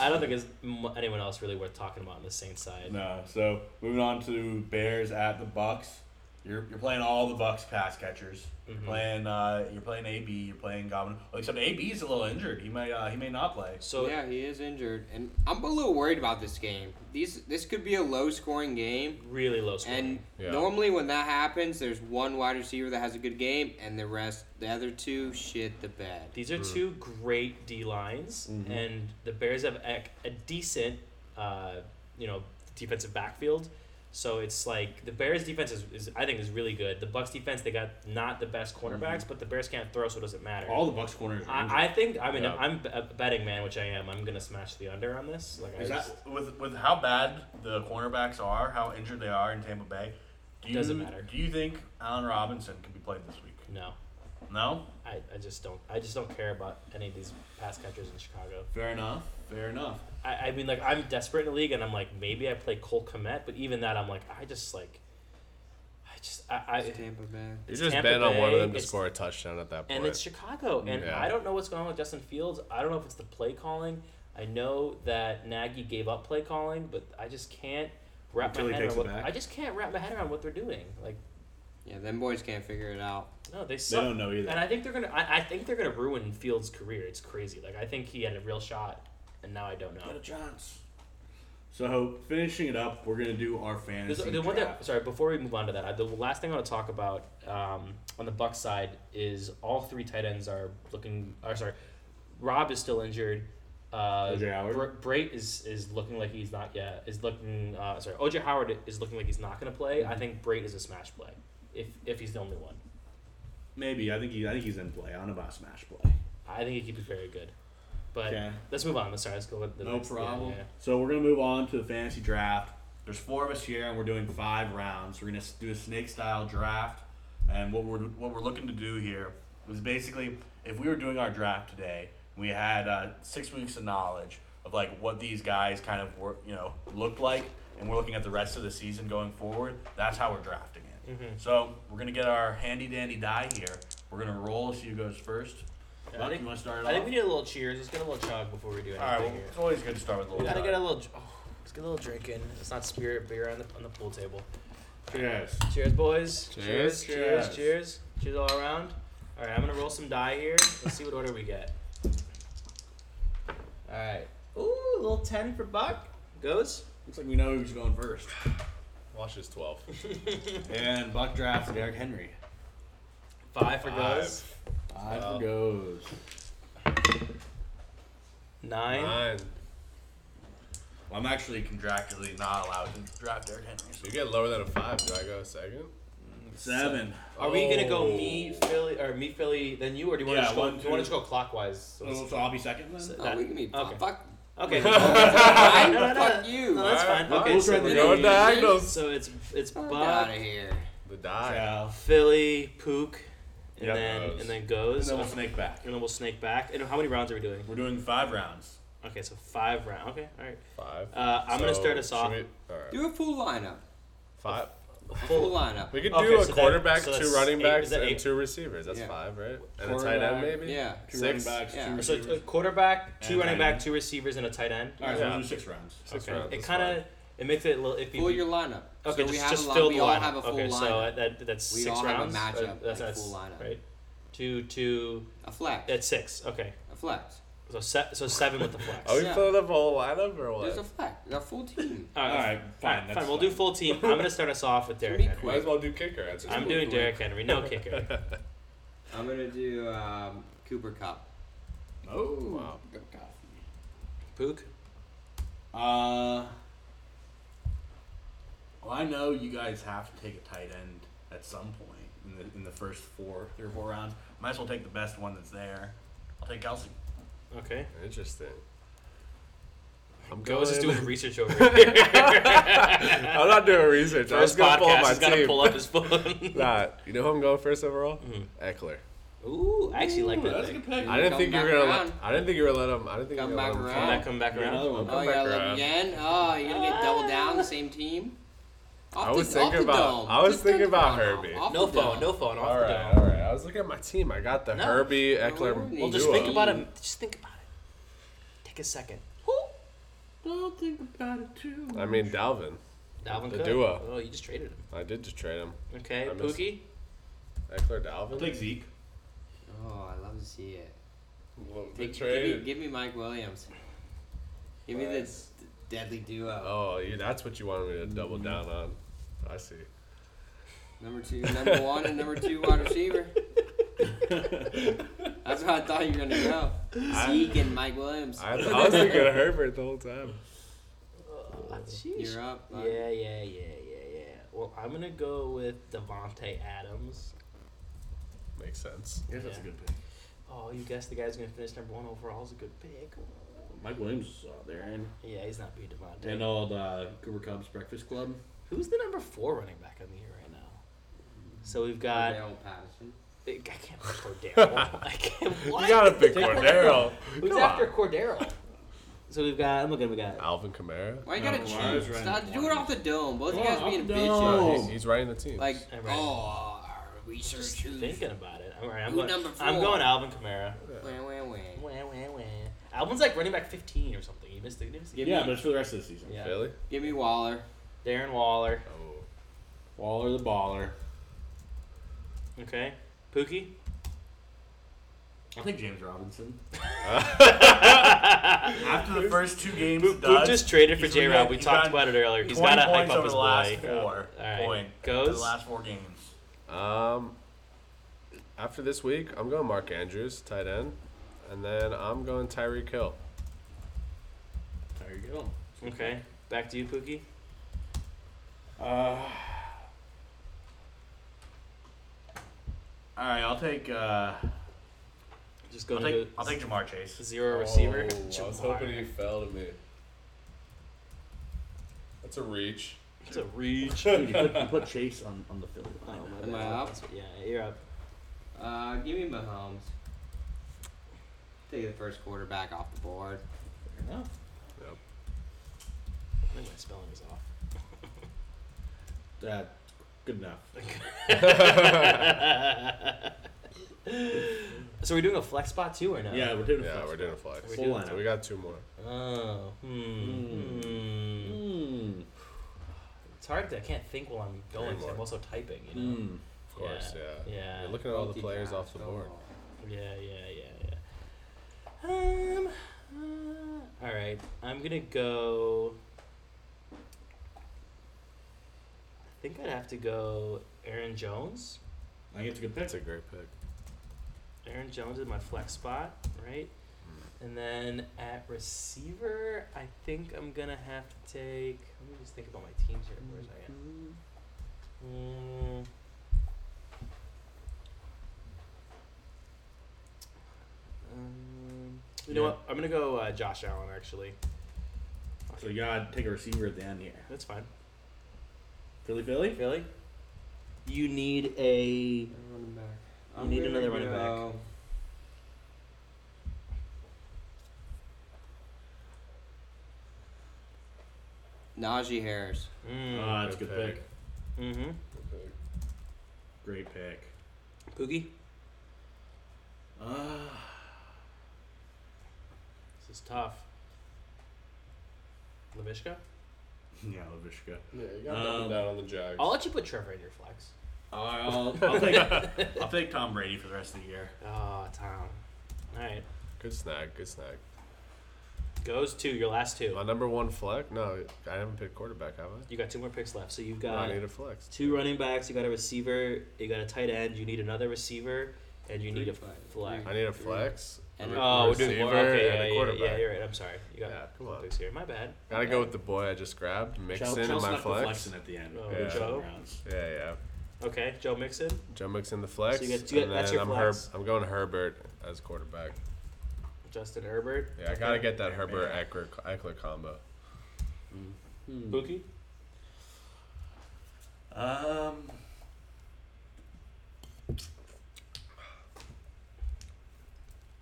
A: I don't think there's m- anyone else really worth talking about on the Saints side.
C: No. So moving on to Bears at the Bucks. You're, you're playing all the Bucks pass catchers. You're playing uh, you're playing AB. You're playing Goblin. Well, except AB is a little injured. He might uh, he may not play.
A: So
D: yeah, he is injured, and I'm a little worried about this game. These this could be a low scoring game,
A: really low scoring.
D: and
B: Yeah.
D: normally when that happens, there's one wide receiver that has a good game, and the rest, the other two, shit the bed.
A: These
C: Mm.
A: are two great D lines,
C: Mm-hmm.
A: and the Bears have a, a decent, uh, you know, defensive backfield. So it's like the Bears defense is, is I think is really good. The Bucks defense they got not the best cornerbacks, but the Bears can't throw, so it doesn't matter.
C: Mm-hmm. All the Bucks corners. Are injured.
A: I, I think I mean
B: Yeah.
A: I'm a betting man, which I am. I'm gonna smash the under on this. Like I
C: Is
A: just,
C: that with with how bad the cornerbacks are, how injured they are in Tampa Bay? Do you,
A: Doesn't matter.
C: Do you think Allen Robinson can be played this week?
A: no,
C: No.
A: I, I just don't I just don't care about any of these pass catchers in Chicago.
C: Fair enough. Fair enough.
A: I, I mean, like, I'm desperate in the league, and I'm like, maybe I play Cole Komet, but even that, I'm like, I just like, I just, I, I
D: Tampa Bay.
B: You
A: It's
B: just
A: Tampa
B: bet on one
A: Bay,
B: of them to
A: it's-
B: score a touchdown at that point.
A: and it's Chicago, and
B: Yeah.
A: I don't know what's going on with Justin Fields. I don't know if it's the play calling. I know that Nagy gave up play calling, but I just can't wrap
C: Until he
A: my head
C: takes
A: around.
C: it
A: What,
C: back?
A: I just can't wrap my head around what they're doing. Like,
D: Yeah, them boys can't figure it out.
A: no, they
C: They
A: suck.
C: don't know either.
A: and I think they're gonna. I, I think they're gonna ruin Fields' career. It's crazy. Like I think he had a real shot, and now I don't know.
C: Got a chance. So finishing it up, we're gonna do our fantasy
A: There's, the one that,
C: draft.
A: sorry, before we move on to that, I- the last thing I want to talk about um, on the Buck side is all three tight ends are looking. Or sorry, Rob is still injured. Uh,
C: O.J. Howard?
A: Br- Brait is is looking like he's not yet. Is looking uh, sorry. OJ Howard is looking like he's not going to play.
C: Mm-hmm.
A: I think Brait is a smash play, if if he's the only one.
C: Maybe I think he, I think he's in play. I don't know about smash play.
A: I think he could be very good. But
C: Okay.
A: let's move on. Sorry, let's go with the
C: No
A: next- yeah,
C: problem.
A: yeah.
C: So we're gonna move on to the fantasy draft. There's four of us here, and we're doing five rounds. We're gonna s- do a snake style draft, and what we're what we're looking to do here is basically if we were doing our draft today, we had uh, six weeks of knowledge.
H: of like what these guys kind of were, you know, looked like, and we're looking at the rest of the season going forward. That's how we're drafting it.
A: Mm-hmm.
H: So we're gonna get our handy dandy die here. We're gonna roll. See who goes first.
A: Yeah, I
H: Buck,
A: think-
H: you want to start it
A: I
H: off?
A: think we need a little cheers. Let's get a little chug before we do anything
H: All right. Well,
A: here.
H: it's always good to start with a
A: We
H: little.
A: gotta get a
H: die.
A: little. Oh, let's get a little drink in. It's not spirit beer on the on the pool table.
B: Yes.
A: Cheers, boys.
D: Cheers.
A: Cheers. Cheers.
B: Cheers.
A: Cheers, all around. All right, I'm gonna roll some die here. Let's see what order we get. All right. Ooh, a little ten for Buck. Goes.
C: Looks like we know who's going first.
B: Watch this 12.
C: And Buck drafts Derrick Henry.
A: Five for goes.
C: Five
B: Wow.
C: goes.
A: Nine.
B: Nine.
H: Well, I'm actually contractually not allowed to draft Derrick Henry. so-
B: You get lower than a five. Do I go second?
C: Seven.
A: Are we gonna go
B: Oh.
A: me Philly or me Philly then you or do you want
C: Yeah,
A: to go?
C: one,
A: Do you want to
C: two.
A: go clockwise? So
C: So,
A: it's-
C: so I'll be second then?
A: so
D: Oh,
A: that-
D: we can be
A: okay. (laughs)
D: fuck.
A: Okay.
D: I,
A: No, no, no.
D: fuck you.
A: No, that's fine.
B: Alright,
A: Okay.
B: we'll
A: So,
B: try the
A: we're-
B: Going diagonals.
A: so it's it's
D: Fuck
A: Buck,
D: outta here.
B: The die.
C: Yeah.
A: Philly, Pook, and
H: Yep.
A: then
B: Goes.
A: and then
H: And
A: goes.
H: then we'll snake back.
A: And then we'll snake back. And how many rounds are we doing?
H: We're doing five rounds.
A: Okay, so five rounds. Okay, all right.
B: Five.
A: Uh, I'm gonna
B: So,
A: start us
B: should
A: off.
B: we- all right.
D: Do a full lineup.
B: Five.
D: A full lineup.
B: We could
A: Okay,
B: do
A: so
B: a
A: that-
B: quarterback,
A: so that's
B: two running
A: eight- is
B: backs,
A: that
B: and
A: eight?
B: two receivers. That's
D: Yeah.
B: five, right? And a tight end,
C: Quarterback.
B: maybe?
D: Yeah.
C: Two
B: Six.
C: running backs,
D: Yeah.
C: two
A: So uh,
C: receivers.
A: a quarterback, two
H: And
A: running
H: tight
A: back,
H: end.
A: two receivers, and a tight end.
C: All right, so
B: Yeah.
C: we'll do six rounds.
B: Six
A: okay.
B: rounds,
A: It
B: that's
A: kind
B: fine.
A: of it makes it a little iffy.
D: Full your lineup. so
A: okay,
D: we
A: just,
D: have
A: just
D: a, li-
A: fill
D: we
A: the
D: all
A: lineup.
D: have a full
A: okay,
D: lineup.
A: so that, that's
D: We
A: six
D: all have a
A: rounds. or
D: matchup, like,
A: that's, that's
D: full lineup.
A: right. Two, two.
D: a flex.
A: That's six. Okay,
D: a flex.
A: so se- so seven with the flex.
B: Are
H: Oh,
B: we
D: Yeah.
B: filling up a whole lineup or
D: There's a
B: what?
D: flex. A full team.
A: All right,
C: All right, fine,
A: fine.
C: that's
A: We'll
C: fine.
A: do full team. I'm gonna start us off with Derrick
D: be
A: Henry.
B: Might as well do kicker. That's
A: I'm
B: cool.
A: doing Derrick Henry, no kicker.
D: (laughs) I'm gonna do um, Cooper Cup.
C: Oh,
B: Wow.
C: Go coffee.
A: Pook.
H: Uh, well, I know you guys have to take a tight end at some point in the in the first four, three or four rounds. Might as well take the best one that's there. I'll take Kelsey.
A: Okay.
B: Interesting. I'm
A: Goes is
B: going-
A: doing research over here.
B: (laughs) I'm not doing research. I
A: (laughs)
B: was
A: First
B: gonna pull up
A: podcast,
B: my
A: he's gotta
B: team. (laughs)
A: pull up Mm-hmm. his phone. (laughs)
B: Nah, you know who I'm going first overall? Eckler.
A: Ooh, I actually like that.
H: That's a
A: thing.
H: good pick.
B: I didn't
D: come
B: think you were
D: back
B: gonna.
D: around.
B: Let, I didn't think you were let him. I didn't think
D: Come
B: you were
D: back
B: gonna let him.
D: around.
A: Can that come back
C: Got another one.
A: around?
D: Oh, you
B: back
D: gotta look
B: around.
D: again. Oh, you're gonna get double down the same team. Off
B: I was
D: the, off
B: thinking
D: the
B: about-
D: dome.
B: I was
D: Just turn
B: thinking
D: the
B: about
D: phone off.
B: Herbie.
D: Off
A: No
D: the
A: phone,
D: dome.
A: no phone, off
B: All
A: the
B: right,
A: dome.
B: all right. I was looking at my team. I got the
A: No.
B: Herbie Eckler.
D: Well,
A: Well, just
B: duo.
A: think about it. Just think about it. Take a second.
H: Don't think about it too.
B: I mean Dalvin.
A: Dalvin
B: The
A: Cook.
B: duo.
A: Oh, you just traded him.
B: I did just trade him.
A: Okay,
B: I missed-
A: Pookie.
B: Eckler Dalvin.
H: I'll take Zeke.
D: Oh, I love to see it.
B: Well, the
D: Take, give, me,
B: trade.
D: give me Mike Williams. Give me this d- deadly duo.
B: Oh, you, that's what you wanted me to
D: Mm-hmm.
B: double down on. I see.
D: Number two, number one, and number two wide receiver. That's where I thought you were gonna go. Zeke and Mike Williams.
A: (laughs)
B: I, I was thinking of Herbert the whole time.
D: You're up. bud.
A: Oh, Yeah, yeah, yeah, yeah, yeah. Well, I'm gonna go with Devonte Adams.
B: Makes sense.
H: Yes, that's
A: Yeah.
H: a good pick.
A: Oh, you guessed the guy's gonna finish number one overall is a good pick.
C: Mike Williams is out there, and
A: Yeah, he's not beat Devontae.
C: and old uh, Cooper Cubs Breakfast Club.
A: Who's the number four running back on the year right now? So we've got.
D: Daryl Patterson.
A: I can't pick
B: (laughs)
A: Cordero. I can't. What?
B: You gotta pick
A: Take
B: Cordero.
A: Who's
B: Come
A: after
B: on.
A: Cordero? So we've got. I'm looking. We got.
B: Alvin Kamara.
D: Why you
C: No,
D: gotta
C: I was
D: choose?
C: running
D: Stop, do it off the dome. Both
C: Come
D: you guys
C: on,
D: being
C: up the
D: bitches.
C: dome.
B: He's, he's running the team.
D: Oh. Like,
A: All right.
D: oh, our research
A: Just thinking about it. All right. I'm
D: Who
A: going.
D: number
A: I'm
D: four?
A: going Alvin Kamara.
D: Wah, wah, wah.
A: Wah, wah, wah. Alvin's like running back 15 or something. He missed it. He missed it.
D: Give
C: yeah,
D: me-
C: but it's for the rest of the season.
A: Yeah.
B: Philly.
D: Give me Waller.
A: Darren Waller.
B: Oh,
C: Waller the baller.
A: Okay.
B: (laughs)
A: Pookie. (laughs)
H: I'll take James Robinson. After the first two games,
A: Boop, Boop
H: done,
A: just traded for
H: he's
A: J Rob. We
H: he's
A: talked
H: gotten
A: about it earlier. He's
H: 20
A: got to hype
H: points
A: up
H: over
A: his
H: the last
A: boy.
H: four.
A: All right.
H: Point.
A: Goes.
H: The last four games.
B: Um, after this week, I'm going Mark Andrews, tight end, and then I'm going Tyreek Hill.
C: There you go.
A: Okay. Back to you, Pookie.
C: Uh,
H: All right, I'll take. Uh,
A: Just go
H: I'll
A: to
H: take.
A: the
H: I'll take Jamar Chase.
A: zero receiver.
B: Oh, I was hoping he fell to me. That's a reach.
A: It's a reach.
C: dude, you, put, you put Chase on, on the field.
D: Am I up?
A: Yeah, you're up.
D: Uh, give me Mahomes. Take the first quarterback off the board.
A: Fair enough.
B: (laughs)
A: I think my spelling is off.
C: Uh, good enough.
A: So we're doing a flex spot too, or no?
C: Yeah, we're doing a
B: Yeah,
C: flex
B: we're doing a flex.
A: We
C: Full
A: do.
C: lineup.
B: So we got two more.
A: Oh. Hmm. hmm.
C: Mm.
A: It's hard. To, I can't think while I'm going. 'cause I'm
B: more.
A: also typing. You know.
C: Mm.
B: Hmm. Of course, yeah.
A: Yeah.
B: You're looking at all the players off the board.
A: Yeah. Yeah. Yeah. Yeah. Um. uh, all right. I'm gonna go. I think I'd have to go Aaron Jones.
C: I think it's a good pick.
B: That's a great pick.
A: Aaron Jones is my flex spot, right? And then at receiver, I think I'm gonna have to take. Let me just think about my teams here for a second. Mm. Um, you know
C: Yeah.
A: what? I'm gonna go uh, Josh Allen actually.
C: So you gotta take a receiver at the end here.
A: That's fine.
C: Philly, Philly.
A: Really? You need a.
D: Running back.
A: You need
D: gonna
A: another running back.
D: go-
I: Najee Harris.
A: Mm.
C: Ah, that's a good pick.
A: mm-hmm.
B: Good pick.
C: Great pick.
A: Pookie.
C: Uh,
A: This is tough. Lavishka.
C: yeah, Lavishka.
B: Yeah, you got to
C: Um,
B: down on the Jags.
A: I'll let you put Trevor in your flex.
C: I'll, (laughs) I'll, take, I'll take Tom Brady for the rest of the year.
A: Ah, Tom. All right.
B: Good snag. Good snag.
A: Goes two. Your last two.
B: My number one flex. No, I haven't picked quarterback, have I?
A: You got two more picks left, so you've
B: No,
A: got
B: I need a flex.
A: two running backs. You got a receiver. You got a tight end. You need another receiver, and you need a
D: Three, five,
A: flex.
B: I need a flex.
I: And
B: a
A: Oh, we're doing more.
B: receiver,
A: Okay,
B: and a
A: yeah, yeah, yeah,
B: quarterback.
A: You're right. I'm sorry. You got
B: Yeah, come
A: some
B: on.
A: picks here. My bad.
B: Gotta go with the boy I just grabbed, Mixon,
C: Chel-
B: in
C: Chelsea
B: my
C: left the
B: flex.
C: Flexen at the end.
A: Oh,
C: Good
B: yeah.
A: Joe?
C: rounds.
B: Yeah, yeah.
A: Okay, Joe Mixon.
B: Joe Mixon the flex.
A: So you get- you
B: and
A: get- that's
B: then
A: your
B: I'm
A: flex.
B: I'm going Herbert as quarterback.
A: Justin Herbert.
B: Yeah, I gotta get that Herbert Eckler, Eckler combo.
C: Hmm.
A: Buki.
C: Um,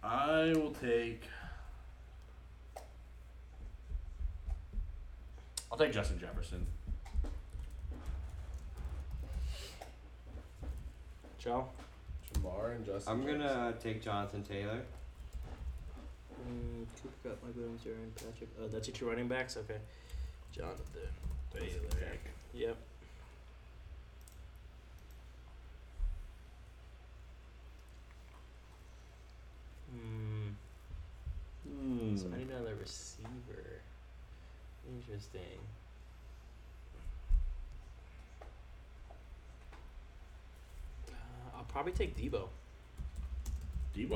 C: I will take. I'll take Justin Jefferson.
A: Joe.
B: Jamar and Justin.
D: I'm gonna take Jonathan Taylor.
A: Mm, Cooper got Michael Evans, Aaron Patrick. Oh, that's your two running backs. Okay. Jonathan Taylor. Yep. Hmm.
C: Hmm.
A: So I need another receiver. Interesting. Uh, I'll probably take Debo.
C: Debo.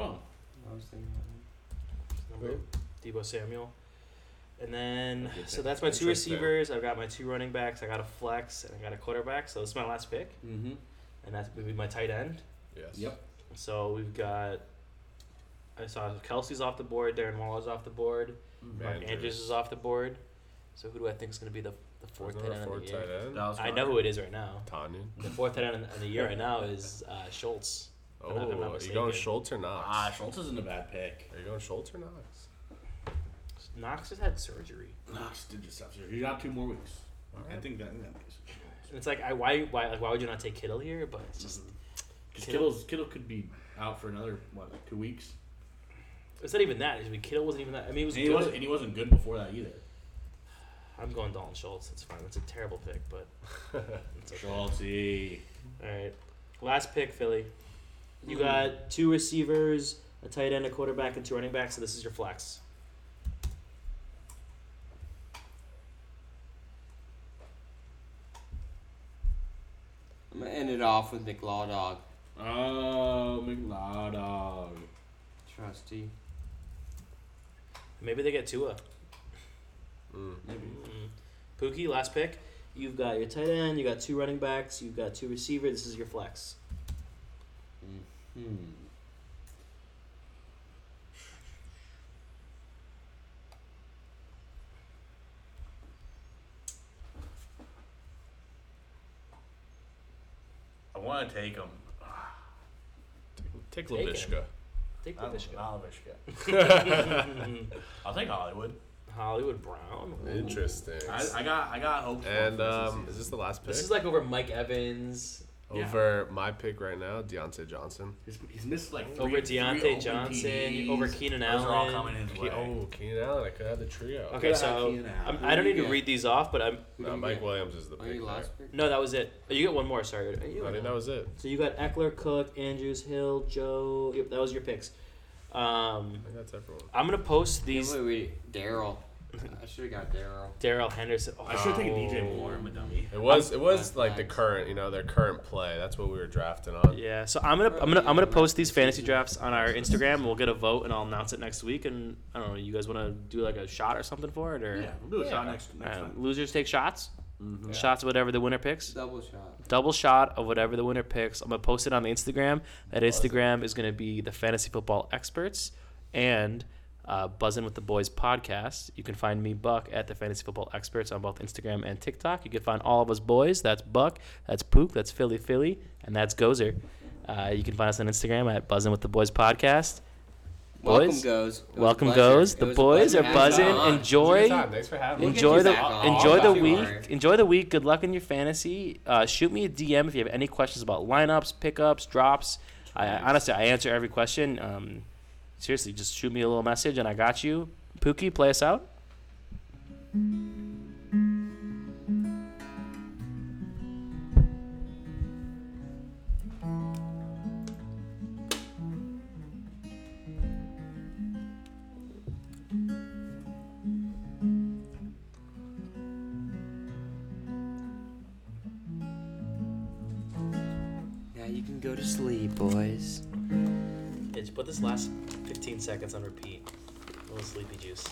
D: I was thinking about
A: Number- Debo Samuel. And then,
C: Okay,
A: so that's my two
B: interesting.
A: receivers. I've got my two running backs. I got a flex and I got a quarterback. So this is my last pick,
D: him. Mm-hmm.
A: and that's would be my tight end.
B: Yes.
D: Yep.
A: So we've got. I saw Kelsey's off the board. Darren Waller's off the board. Mark
B: Andrews.
A: Andrews. is off the board. So who do I think is going to be the, the fourth
B: Isn't
A: tight
B: there a
A: end of
B: fourth
A: the year?
B: tight end.
C: Dallas
A: I know
C: Goddard.
A: who it is right now.
B: Tanyan.
A: The fourth tight end of the year right now is uh, Schultz.
B: Oh,
A: I'm not- I'm not
B: are you
A: mistaken.
B: going Schultz or Knox?
C: Ah, Schultz isn't a bad pick.
B: Are you going Schultz or Knox?
A: Knox has had surgery.
C: Knox did just have surgery. He got two more weeks. I
B: Alright.
C: think that, I think that makes it.
A: And it's like, I, why, why, like, why would you not take Kittle here? But it's just,
C: Because
A: Kittle-
C: Kittle's, Kittle could be out for another, what, like two weeks?
A: It's not even that. I mean, Kittle wasn't even that. I mean, he was
C: And Mm-hmm. he,
A: good.
C: wasn't, and he wasn't good before that either.
A: I'm going Dalton Schultz. That's fine. That's a terrible pick,
C: (laughs)
A: but it's okay.
C: Schultzy.
A: All right, last pick, Philly. You got two receivers, a tight end, a quarterback, and two running backs. So this is your flex.
I: I'm gonna end it off with McLaw
C: Oh, McLeod.
D: Trusty.
A: Maybe they get Tua.
B: Mm.
C: Mm-hmm.
D: Maybe.
A: Mm. Pookie, last pick. You've got your tight end. You got two running backs. You've got two receivers. This is your flex.
D: Hmm.
C: I want to take him.
B: Take
A: Take him.
B: Lavishka.
A: Take
C: I
A: the
C: don't-
A: Bishka.
C: I'll take Hollywood.
A: Mm-hmm. Hollywood Brown.
B: Interesting.
H: I, I got I got hope.
B: and um, is this the last pick?
A: This is like over Mike Evans.
H: yeah.
B: Over my pick right now, Deontay Johnson.
H: he's, he's missed like three,
A: Over Deontay
H: three open
A: Johnson,
H: TDs.
A: over Keenan
H: Those are all
A: Allen.
H: coming his
B: Ke-
H: way.
B: oh, Keenan Allen. I could have the trio.
A: Okay,
E: Yeah,
A: so
E: Keenan Allen.
A: I'm,
E: Who
A: I don't
E: do
A: need
E: you
A: to
E: get?
A: read these off, but I'm
E: Who
B: No,
E: do you
B: Mike
E: get?
B: Williams is the
D: Oh,
E: Are you
B: pick. there.
E: last pick?
A: no. That was it. Oh, you get one more. Sorry. You
B: I
A: got
B: think that was it.
A: So you got Eckler, Cook, Andrews, Hill, Joe. Yep, that was your picks. Um,
B: I think that's everyone.
A: I'm gonna post
E: These
A: these.
E: wait, wait, Daryl. I should have got Daryl.
A: Daryl Henderson.
H: I should have taken
A: Oh.
H: DJ Moore. I'm a dummy.
B: It was it was
E: That's
B: like the
E: nice.
B: current, you know, their current play. That's what we were drafting on.
A: Yeah, so I'm gonna I'm gonna I'm gonna post these fantasy drafts on our Instagram. and We'll get a vote, and I'll announce it next week. And I don't know, you guys want to do like a shot or something for it, or
H: Yeah, Mm-hmm. we'll do a shot next next
A: Uh,
H: time.
A: losers take shots, shots of whatever the winner picks.
E: Double shot.
A: Double shot of whatever the winner picks. I'm gonna post it on the Instagram. That Instagram is gonna be the fantasy football experts and uh, buzzing with the boys podcast. You can find me Buck at the fantasy football experts on both Instagram and TikTok. You can find all of us boys. That's Buck. That's Pook. That's Philly Philly, and that's Gozer. Uh, you can find us on Instagram at buzzing with the boys podcast.
D: Welcome
A: Boys,
D: goes. It was a
A: welcome
D: pleasure.
A: goes.
D: It
A: The
D: was a
A: boys
D: pleasure
A: are
D: having
A: buzzing.
D: you on.
B: Good
A: Enjoy.
B: time. Thanks for having me.
D: We'll get
A: Enjoy
D: you
A: the
D: back on.
A: enjoy the
D: Don't you
A: week.
D: worry.
A: Enjoy the week. Good luck in your fantasy. Uh, shoot me a DM if you have any questions about lineups, pickups, drops. I, I- honestly, I answer every question. Um, seriously, just shoot me a little message and I got you. Pookie, play us out.
D: Now you can go to sleep, boys.
A: Just put this last 15 seconds on repeat. A little sleepy juice.